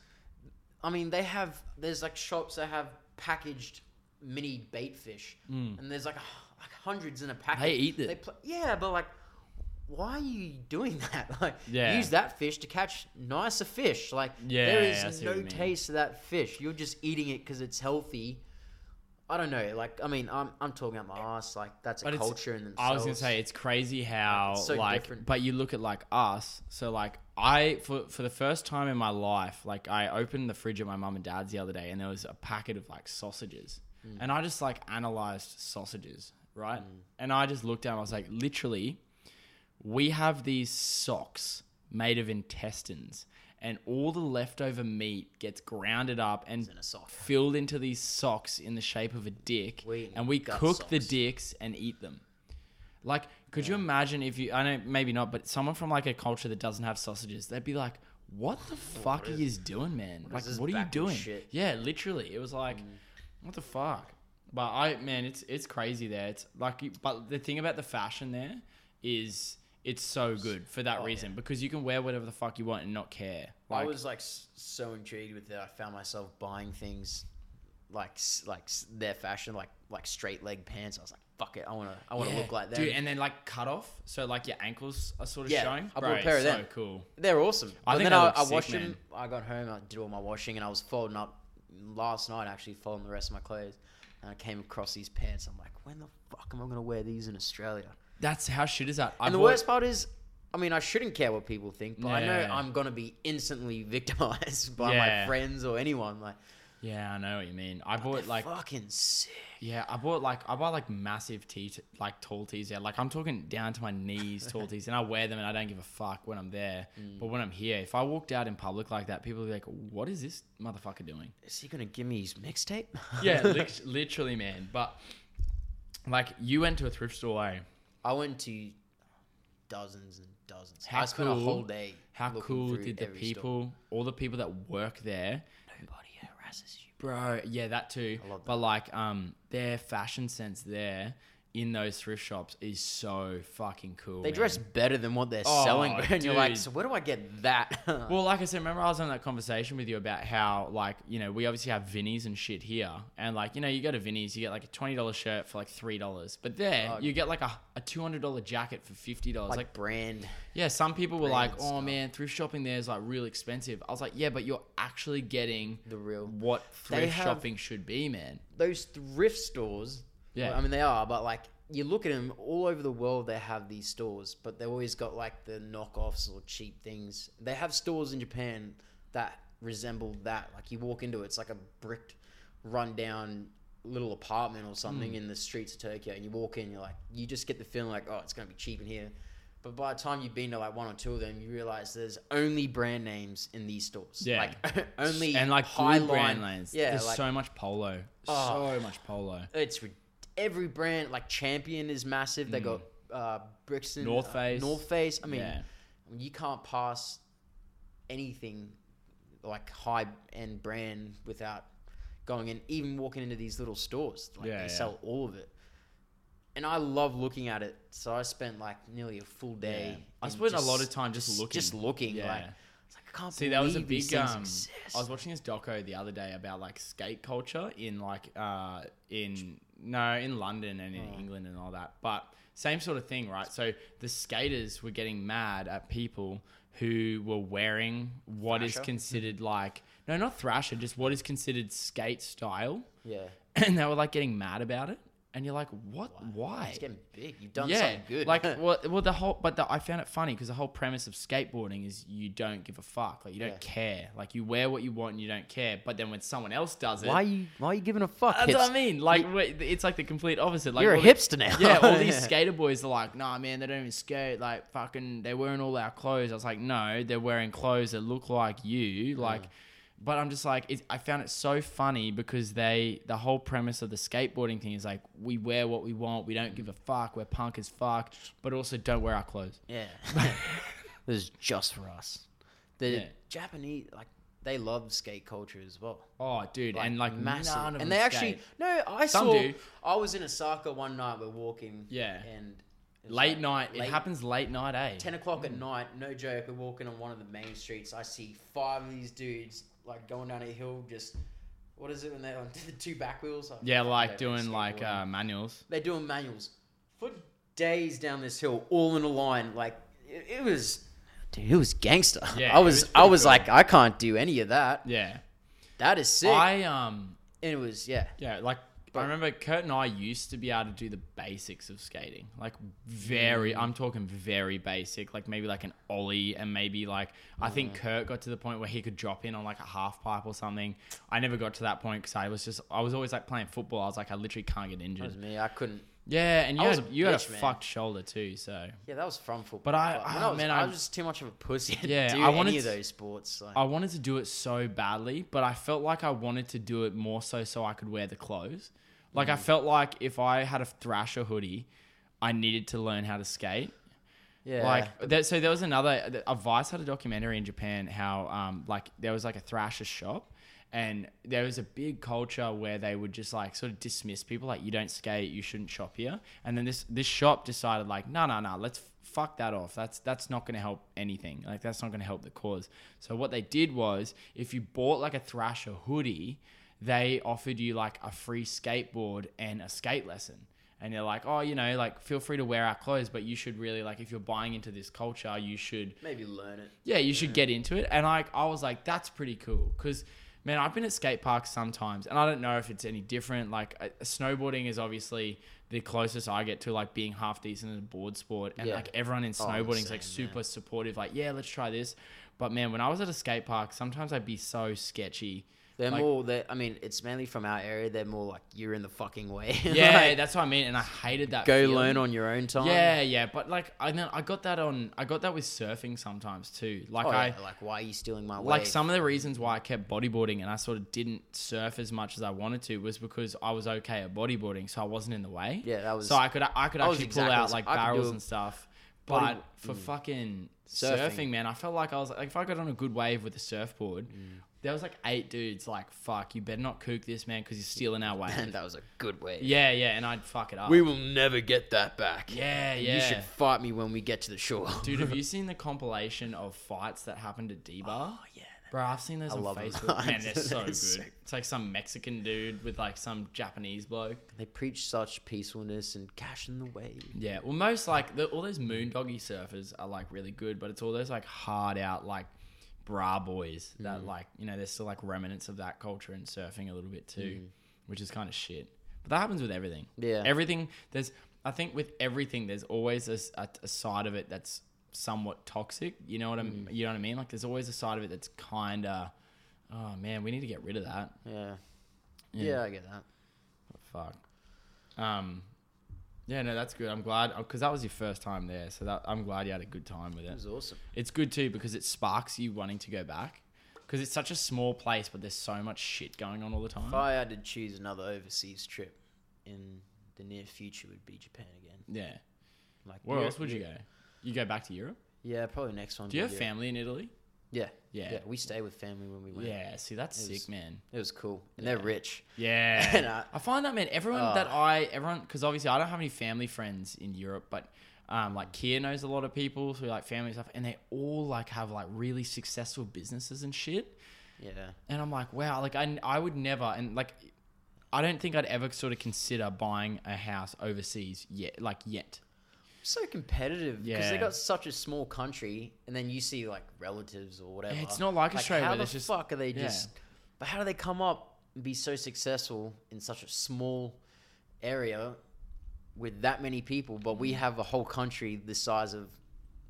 I mean, they have there's like shops that have packaged mini bait fish, and there's like, h- like hundreds in a package. Mm. They eat it. They pl- yeah, but like, why are you doing that? Like, Yeah. use that fish to catch nicer fish. Like, Yeah, there I is see what you mean. no taste to that fish. You're just eating it because it's healthy. I don't know. Like, I mean, I'm I'm talking out my ass. Like, that's a But it's- culture in themselves. I was gonna say it's crazy how It's so like, different. but you look at like us. So like I for for the first time in my life, like I opened the fridge at my mum and dad's the other day, and there was a packet of like sausages, Hmm. and I just like analyzed sausages, right? And I just looked down. I was like, literally, we have these socks made of intestines, and all the leftover meat gets grounded up and in a sock. filled into these socks in the shape of a dick, We eat and we gut cook the socks. dicks and eat them. Like, could you imagine if you? I know maybe not, but someone from like a culture that doesn't have sausages, they'd be like, "What the fuck are you doing, man? like, this what are you backward doing?" shit? Mm. Yeah, literally, it was like, "What the fuck?" But I, man, it's it's crazy there. It's like, you- but the thing about the fashion there is it's so good for that Oh, reason because you can wear whatever the fuck you want and not care. Like, I was like s- so intrigued with it. I found myself buying things like s- like s- their fashion, like like straight leg pants. I was like, fuck it, I wanna I wanna Yeah. look like them. Dude, and then like cut off, so like your ankles are sort of Yeah, showing. I bought Bro, a pair of so them. cool. They're awesome. I I think then they I, look I sick, washed man. them. I got home. I did all my washing, and I was folding up last night. Actually, folding the rest of my clothes, and I came across these pants. I'm like, when the fuck am I gonna wear these in Australia? That's how shit is that. I And the bought- worst part is. I mean, I shouldn't care what people think, but I know Yeah. I'm gonna be instantly victimized by Yeah. my friends or anyone. Like, Yeah, I know what you mean. I bought like like fucking sick. yeah, I bought like I buy like massive t like tall tees. Yeah, like I'm talking down to my knees tall tees, and I wear them and I don't give a fuck when I'm there. Mm. But when I'm here, if I walked out in public like that, people would be like, "What is this motherfucker doing?" Is he gonna give me his mixtape? Yeah, lit- literally, man. But like you went to a thrift store. eh? I went to dozens and dozens. How I spent a whole cool- day. How looking cool through did the every store. people, all the people that work there, Nobody harasses you. Bro, yeah, that too. I love But like, um, their fashion sense there in those thrift shops is so fucking cool. They man. dress better than what they're Oh, selling, bro, and you're like, dude. so where do I get that? Well, like I said, remember I was having that conversation with you about how, like, you know, we obviously have Vinnies and shit here, and like, you know, you go to Vinnies, you get like a twenty dollars shirt for like three dollars, but there you get like a, a two hundred dollar jacket for fifty dollars. like, Like, brand. yeah, some people were like, brand "Oh stuff. man, thrift shopping there is like real expensive." I was like, "Yeah, but you're actually getting The real- what thrift have- shopping should be, man." Those thrift stores. Yeah. well, I mean they are, but like you look at them all over the world. They have these stores, but they always got like the knockoffs or cheap things. They have stores in Japan that resemble that. Like you walk into it, it's like a bricked, rundown little apartment or Hmm. something in the streets of Tokyo, and you walk in, you're like, you just get the feeling like, oh, it's gonna be cheap in here. But by the time you've been to like one or two of them, you realize there's only brand names in these stores. Yeah. like only and like high brand line- lanes. Yeah, there's like, so much polo, Oh. so much polo. it's rid- every brand like Champion is massive. They got uh, Brixton, Mm. North uh, Face. North Face. I mean, Yeah. I mean, you can't pass anything like high end brand without going in, even walking into these little stores. Like Yeah, they yeah. sell all of it. And I love looking at it, so I spent like nearly a full day. Yeah. I in spent a lot of time just looking. just looking. Yeah. Like, it's like I can't See, that was a believe these big. things Um, exist. I was watching this doco the other day about like skate culture in like uh in no in London and in Oh. England and all that, but same sort of thing, right? So the skaters were getting mad at people who were wearing what is Thrasher? considered like no, not thrasher, just what is considered skate style. yeah, and they were like getting mad about it. and you're like, what? Why? It's getting big. You've done yeah, something good. like well, well, the whole but the, I found it funny because the whole premise of skateboarding is you don't give a fuck, like you don't Yeah. care, like you wear what you want and you don't care. But then when someone else does it, why are you why are you giving a fuck? that's Hips? what I mean. Like wait, it's like the complete opposite. Like You're a all the- hipster now. yeah, all these skater boys are like, nah, man, they don't even skate. Like, fucking, they're wearing all our clothes. I was like, no, they're wearing clothes that look like you. Like, but I'm just like, it, I found it so funny because they, the whole premise of the skateboarding thing is like, we wear what we want. We don't give a fuck. We're punk as fuck, but also don't wear our clothes. Yeah. this is just for us. The Yeah. Japanese, like, they love skate culture as well. Oh, dude. and like, massive. none of and them they actually, skate. no, I Some saw, do. I was in Osaka one night, we're walking. Yeah. And it was late like night, late- it happens late night, eh? 10 o'clock at night, no joke, we're walking on one of the main streets. I see five of these dudes, like, going down a hill, just, what is it when they're on the two back wheels? I yeah, fucking like don't know, doing like skateboarding. uh, manuals. They're doing manuals for days down this hill, all in a line. Like it, it was, dude, it was gangster. Yeah, I it was, was I pretty was cool. like, I can't do any of that. Yeah. That is sick. I, um, and it was, yeah, Yeah, like I remember Kurt and I used to be able to do the basics of skating. Like Mm. very I'm talking very basic, like maybe like an ollie and maybe like I think Kurt got to the point where he could drop in on like a half pipe or something. I never got to that point cuz I was just I was always like playing football. I was like I literally can't get that injured. was me. I couldn't. Yeah, and you I was had, a you had a bitch, man. fucked shoulder too, so Yeah, that was from football. But I- when oh, was, man, I I- was just too much of a pussy to Yeah, do I wanted any of to- those sports. Like, I wanted to do it so badly, but I felt like I wanted to do it more so so I could wear the clothes. Like I felt like if I had a thrasher hoodie, I needed to learn how to skate. yeah, Like that, so there was another. A Vice had a documentary in Japan how um like there was like a thrasher shop, and there was a big culture where they would just like sort of dismiss people like you don't skate, you shouldn't shop here. And then this this shop decided like no no no let's fuck that off. That's that's not going to help anything. Like that's not going to help the cause. So what they did was if you bought like a thrasher hoodie, they offered you like a free skateboard and a skate lesson and they're like, oh, you know, like feel free to wear our clothes, but you should really like if you're buying into this culture, you should maybe learn it. yeah, you should get into it. And like I was like, that's pretty cool because. Man, I've been at skate parks sometimes, and I don't know if it's any different. Like, uh, snowboarding is obviously the closest I get to like being half decent at a board sport, and Yeah. like everyone in Oh, I'm the snowboarding is like same, man. super supportive. Like, yeah, let's try this. But man, when I was at a skate park, sometimes I'd be so sketchy. They're Like- more. They, I mean, it's mainly from our area. They're more like you're in the fucking way. Yeah, Like, that's what I mean, and I hated that. go feeling. learn on your own time. Yeah, yeah, but like I know I got that on I got that with surfing sometimes too. Like Oh, I yeah, like why are you stealing my like wave? some of the reasons why I kept bodyboarding and I sort of didn't surf as much as I wanted to was because I was okay at bodyboarding, so I wasn't in the way. Yeah, that was- so I could I could I was actually exactly pull the out same. like I could do barrels a and stuff. body- mm, But for fucking surfing. Surfing. man, I felt like I was like if I got on a good wave with a surfboard, Mm. there was like eight dudes like fuck, you better not kook this man because you're stealing our wave. and that was a good wave. yeah, yeah, and I'd fuck it up. We will never get that back. yeah, yeah. You should fight me when we get to the shore. Dude, have you seen the compilation of fights that happened at D-Bar? oh, yeah. Bro, I've seen those on love 'em. Facebook. Man, they're so They're good. so- It's like some Mexican dude with like some Japanese bloke. They preach such peacefulness and cash in the wave. Yeah, well, most like the, all those moondoggy surfers are like really good, but it's all those like hard out like bra boys Mm. that like you know there's still like remnants of that culture in surfing a little bit too, which is kind of shit. But that happens with everything. Mm. Yeah. everything there's I think with everything there's always a, s- a- a side of it that's somewhat toxic. You know what I am Mm. you know what I mean? Like there's always a side of it that's kind of oh man, we need to get rid of that. Yeah. Yeah. Yeah, I get that. Fuck. Um, yeah, no, that's good. I'm glad because that was your first time there, so that I'm glad you had a good time with It it. was awesome. It's good too because it sparks you wanting to go back because it's such a small place, but there's so much shit going on all the time. If I had to choose another overseas trip in the near future, would be Japan again. Yeah. Like Where Europe- else would you go? You go back to Europe? Yeah, probably next one. Do you would have be Europe. family in Italy? Yeah. Yeah. yeah. We stay with family when we went. Yeah. See, that's It was- sick, man. It was cool, and they're rich. Yeah. And, uh, I find that man, everyone Oh. that I everyone because obviously I don't have any family friends in Europe, but um, like Kia knows a lot of people through like family stuff, and they all like have like really successful businesses and shit. Yeah. And I'm like, wow, like I I would never and like I don't think I'd ever sort of consider buying a house overseas yet, like yet. So competitive because Yeah. they got such a small country, and then you see like relatives or whatever. It's not like Australia How where the there's just- fuck are they yeah. just? But how do they come up and be so successful in such a small area with that many people, but Mm. we have a whole country the size of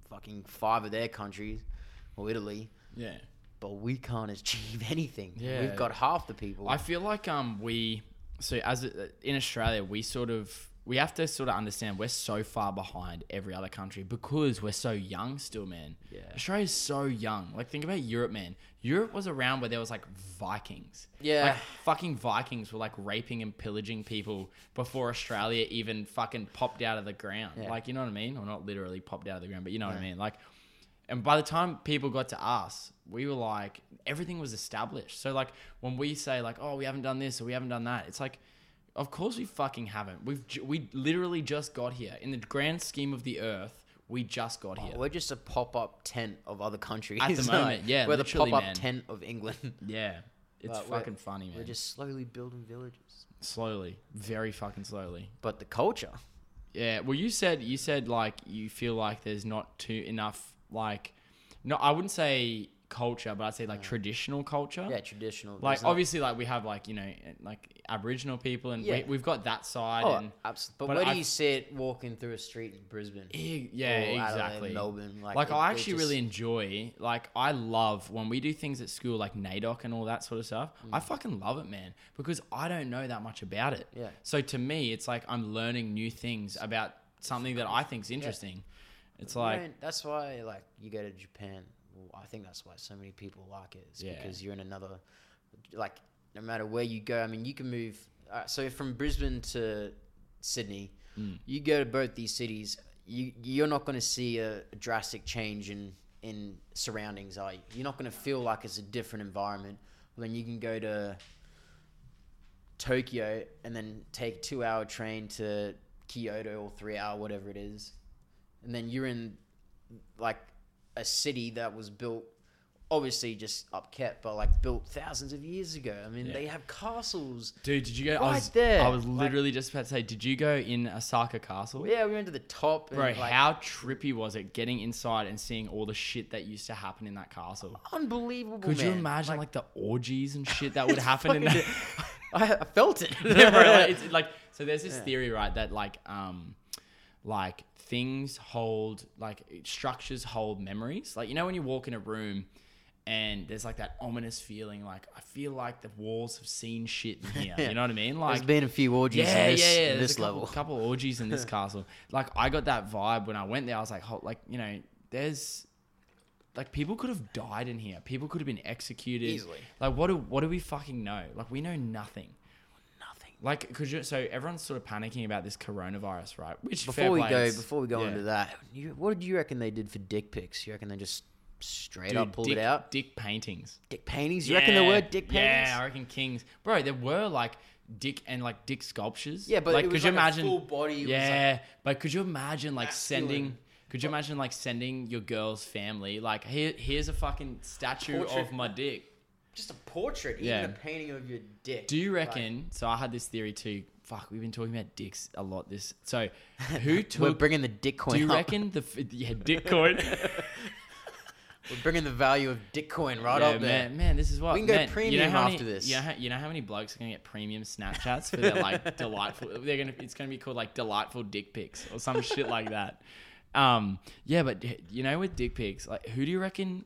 fucking five of their countries or Italy, Yeah. but we can't achieve anything. Yeah. We've got half the people. I feel like um we so as a, in Australia we sort of we have to sort of understand we're so far behind every other country because we're so young still, man. Yeah. Australia's so young. Like think about Europe, man. Europe was around where there was like Vikings. Yeah. Like fucking Vikings were like raping and pillaging people before Australia even fucking popped out of the ground. Yeah. Like you know what I mean? Or not literally popped out of the ground, but you know what I mean? Like and by the time people got to us, we were like, everything was established. So like when we say like, oh, we haven't done this or we haven't done that, it's like, of course we fucking haven't. We've ju- we literally just got here. In the grand scheme of the earth, we just got here. We're just a pop up tent of other countries At the Like, moment, yeah, We're the literally, pop up man. tent of England. Yeah, it's But we're- fucking funny, man. We're just slowly building villages. slowly, very fucking slowly. But the culture, Yeah. Well, you said you said like you feel like there's not too enough like, no, I wouldn't say culture, but I'd say like traditional culture. yeah, traditional. like there's not- obviously like we have like you know eh, like aboriginal people and we, Yeah. we've got that side and Oh, absolutely. But, but where I- do you see it walking through a street in Brisbane? Eh, Or yeah Adelaide, exactly Melbourne. Like, like it- i it actually just- really enjoy like i love when we do things at school like nadoc and all that sort of stuff i Mm. fucking love it man because i don't know that much about it Yeah. so to me it's like i'm learning new things about something that i think's interesting it's You like don't- that's why like you go to Japan. Well, I think that's why so many people like it. It's Yeah. because you're in another like no matter where you go. I mean, you can move. Uh, so from Brisbane to Sydney, you go to both these cities. You you're not going to see a drastic change in in surroundings. Are you? You're not going to feel like it's a different environment. When you can go to Tokyo and then take two hour train to Kyoto or three hour whatever it is, and then you're in like a city that was built obviously just upkept but like built thousands of years ago. I mean Yeah. they have castles. dude did you go I Right was, there. I was Like- literally just about to say did you go in osaka castle Yeah, we went to the top. And, Bro, like, how trippy was it getting inside and seeing all the shit that used to happen in that castle? unbelievable! Could you Oh, man. imagine like, the orgies and shit that would happen in fucking- that? I, I felt it. Yeah, bro, like, it's like so there's this theory, right, that like um like things hold like structures hold memories. Like you know when you walk in a room and there's like that ominous feeling like I feel like the walls have seen shit in here. You know what I mean? Like There's been a few orgies yeah, in this, yeah, yeah. in There's this a couple, level. couple orgies in this castle. Like I got that vibe when I went there. I was like, oh, like you know, there's like people could have died in here. People could have been executed Easily. Like what do what do we fucking know? Like we know nothing. Nothing. Like could you? So everyone's sort of panicking about this coronavirus, right? Which fair Before we play, go, it's- before we go yeah. into that, you, what did you reckon they did for dick pics? You reckon they just straight up Dude, pulled dick, it out? Dick paintings. Dick paintings? You reckon there were dick paintings? Yeah, I reckon kings, bro. There were like dick and like dick sculptures. Yeah, but like it was like a full body, it was, like, Yeah, but could you imagine like masculine. sending? Could you imagine like sending your girl's family like here? Here's a fucking statue Portrait. of my dick. Just a portrait, even Yeah. a painting of your dick. Do you Like, reckon? so I had this theory too. Fuck, we've been talking about dicks a lot. This so who we're took? bringing the dick coin do you up. reckon the f- yeah dick coin? We're bringing the value of dick coin right yeah, up there. Man, man, this is what We can go man, premium how after many, this. You know, how, you know how many blokes are gonna get premium Snapchats for their like delightful? They're gonna it's gonna be called like delightful dick pics or some shit like that. Um, yeah, but d- you know with dick pics, like who do you reckon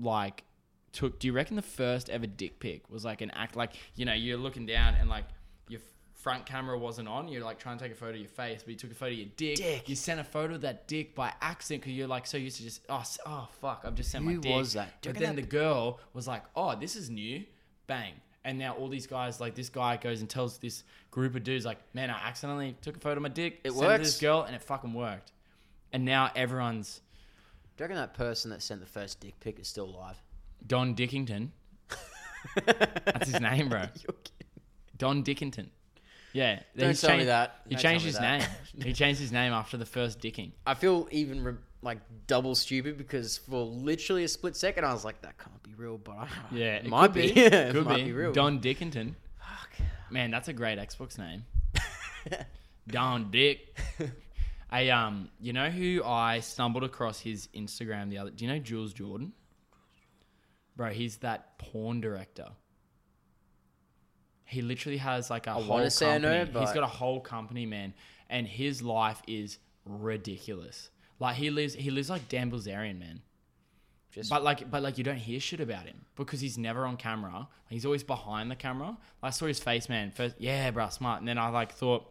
like took? Do you reckon the first ever dick pic was like an act like you know you're looking down and like your Front camera wasn't on. You're like trying to take a photo of your face, but you took a photo of your dick. Dick. You sent a photo of that dick by accident because you're like so used to just oh s- oh fuck, I've just sent my Who dick. was that? Do you But reckon then the girl was like, "Oh, this is new." Bang. And now all these guys, like this guy goes and tells this group of dudes, like, "Man, I accidentally took a photo of my dick. It To works. this girl, and it fucking worked. And now everyone's Do you reckon that person that sent the first dick pic is still alive? Don Dickington. That's his name, bro. You're kidding. Don Dickington. Yeah. Don't he's tell me changed- that. He Don't tell changed me his that. name. he changed his name after the first dicking. I feel even re- like double stupid because for literally a split second I was like, that can't be real, but I, Yeah, it, might could be. Could it might be, real. Don Dickington. Fuck. Man, that's a great Xbox name. Don Dick. I um, you know who I stumbled across his Instagram the other. Do you know Jules Jordan? Bro, he's that porn director. He literally has like a wanna whole say I company. know, He's but- got a whole company, man, and his life is ridiculous. Like he lives, he lives like Dan Bilzerian, man. Just- but like, but like, you don't hear shit about him because he's never on camera. He's always behind the camera. I saw his face, man. First, yeah, bruh, smart. And then I like thought,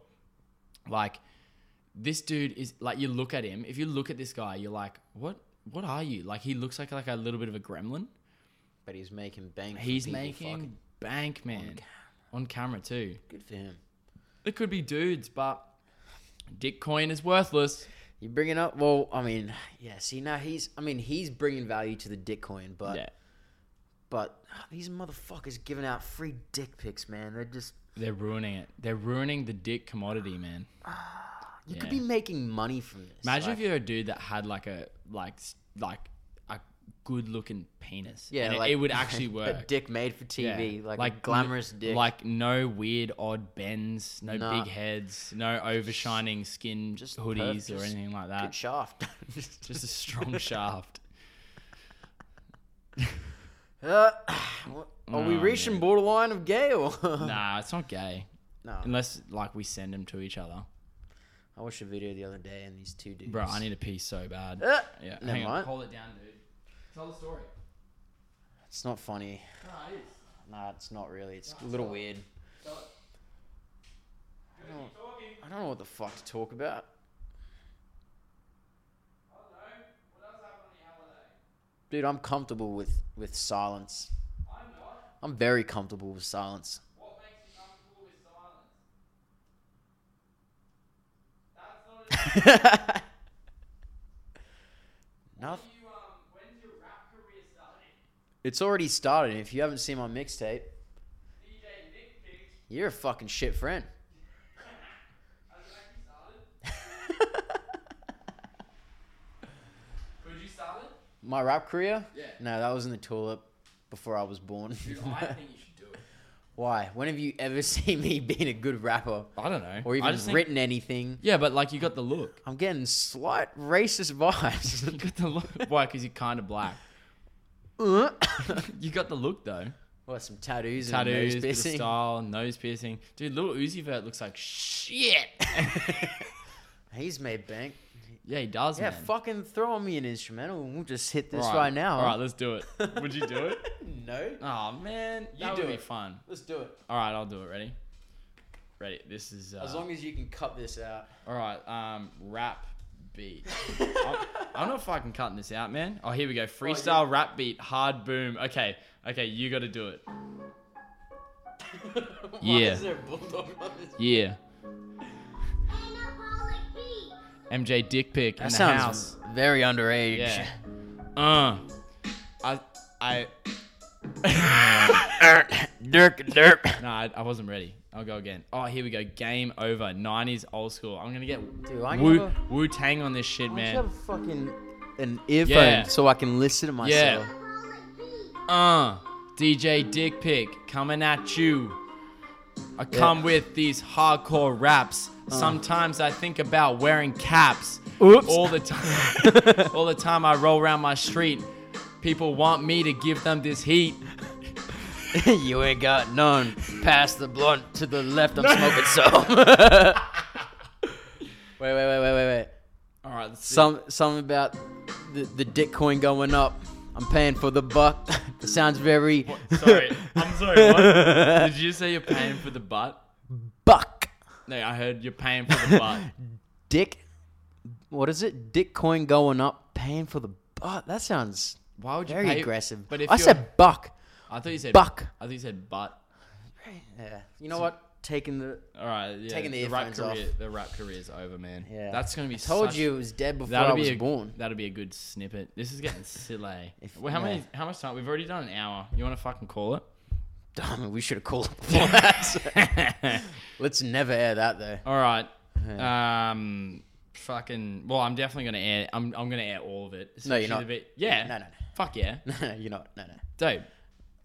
like, this dude is like you look at him if you look at this guy you're like what what are you like he looks like like a little bit of a gremlin But he's making bank. from he's people making fucking- bank man on camera. too good for him. it could be dudes but dick coin is worthless You bringing up? Well, I mean, yeah. See, now he's. I mean, he's bringing value to the dick coin, but yeah but ah, these motherfuckers giving out free dick pics, man. They're just. they're ruining it they're ruining the dick Ah, commodity man You could Yeah. be making money from this. imagine like- if you're a dude that had like a like s- like a good looking penis yeah, and it- like, it, would actually work a dick made for TV, Yeah. like, a n- glamorous dick. Like no weird odd bends, no Nah. big heads, no overshining skin Just hoodies perf- or just anything like good that. shaft. Just a strong shaft. Uh, what- are we Nah, reaching borderline of gay or? Oh, Nah, it's not gay. no. Unless like we send them to each other. I watched a video the other day and these two dudes. Bro, I need to pee so bad. Uh, yeah, never hang on. mind. Hold it down, dude. Tell the story. It's not funny. No, it is. Nah, it's not really. It's a little weird. Tell it. I don't, I don't know what the fuck to talk about. Dude, I'm comfortable with, with silence. I'm very comfortable with silence. Nothing. It's already started. If you haven't seen my mixtape, you're a fucking shit friend. Could you start it? My rap career? Yeah. No, that was in the toilet before I was born. Dude, I think you should do it. Why? When have you ever seen me being a good rapper I don't know. or I even just think- written anything? yeah, but like you got the look. I'm getting slight racist You vibes. got the look. Why? Because you're kind of black. Uh. You got the look though. what, some tattoos, and a Tattoos, nose bit of piercing? style, nose piercing. Dude, little Uzi Vert looks like shit. He's made bank. yeah, he does. Yeah, man. fucking throw me an instrumental and we'll just hit All this right now. All right, let's do it. Would you do it? no. Oh man, You that would do be it. fun. Let's do it. All right, I'll do it. Ready? Ready. This is. Uh, As long as you can cut this out. all right. Um, rap beat. I'm, I'm not fucking cutting this out, man. Oh, here we go. Freestyle rap beat. Hard boom. Okay. Okay, you got to do it. Why Yeah. is there a bulldog on this? Yeah. MJ dick pic in That the sounds house. very underage. Yeah. Uh. I. I. Dirk, derp. No, I, I wasn't ready. I'll go again. Oh, here we go. Game over. 90s old school. I'm going to get Dude, I Wu, never- Wu Tang on this shit, I should man. have fucking an earphone Yeah. so I can listen to myself. Yeah. Uh. DJ Dick Pic coming at you. I come with these hardcore raps. Sometimes I think about wearing caps. Oops. All the time. all the time I roll around my street. People want me to give them this heat. you ain't got none. Pass the blunt to the left. I'm smoking some. wait, wait, wait, wait, wait, wait. All right. Let's see. Some, something about the, the dick coin going up. I'm paying for the buck. it sounds very Sorry. I'm sorry. What? Did you say you're paying for the butt? buck No, I heard you're paying for the butt. dick. What is it? Dick coin going up. Paying for the buck. That sounds Why would you very pay- aggressive. But if I you're- said buck. I thought you said Buck. I thought you said butt. Yeah. You know what? Taking the All right, yeah, Taking the rap earphones off. career, The rap career's over, man. Yeah. that's gonna be. Told such- you it was dead before That'll I be was a, born. That'll be a good snippet. This is getting silly. If- well, how yeah. many? How much time? We've already done an hour. You want to fucking call I mean, we should have called it before that. it? Let's never air that though. all right. Um, fucking. Well, I'm definitely gonna air. I'm. I'm gonna air all of it. No, you're Especially not. the bit- yeah. No, no, Fuck yeah, no. You're not. No, no. dope.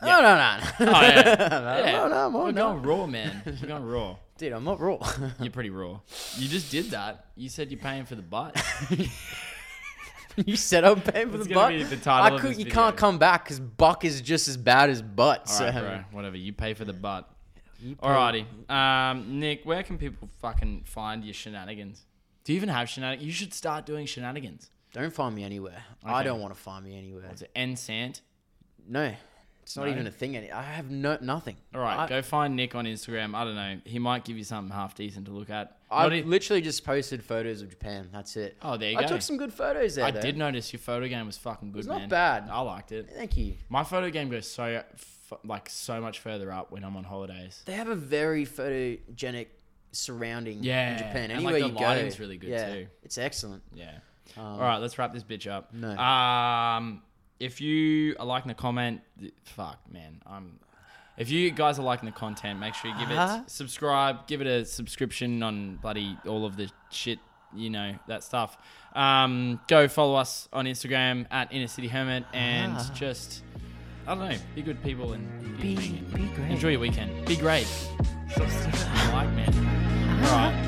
No, no, no. Oh yeah. no, Yeah. Uh, no, no, I'm We're on, going no. raw, man. We're going raw. Dude, I'm not raw. You're pretty raw. You just did that. You said you're paying for the butt. you said I'm paying for It's the gonna butt. be the title I of could, this you video. can't come back because buck is just as bad as butt. All so. right, bro. Whatever. You pay for the butt. Alrighty, um, Nick, where can people fucking find your shenanigans? Do you even have shenanigans? You should start doing shenanigans. Don't find me anywhere. I don't want to find me anywhere. Is it NSant? No, it's not No? even a thing. any- I have no nothing. All right, I, go find Nick on Instagram. I don't know. He might give you something half decent to look at. I Not e- literally just posted photos of Japan. That's it. Oh, there you I go. took some good photos there. I though. did notice your photo game was fucking good, It's not man. bad. I liked it. Thank you. My photo game goes so f- like so much further up when I'm on holidays. They have a very photogenic surrounding Yeah, in Japan. and, like, Anywhere the you go, lighting's really good, yeah, too. It's excellent. Yeah. Um, All right, let's wrap this bitch up. No. Um, if you are liking the comment, th- fuck man, I'm. If you guys are liking the content, make sure you give Uh-huh. it subscribe, give it a subscription on bloody all of the shit, you know that stuff. Um, go follow us on Instagram at Inner City Hermit and Ah. just I don't know, be good people and Be- be great. Enjoy your weekend. Be great. Stop stealing my mic, man. All right.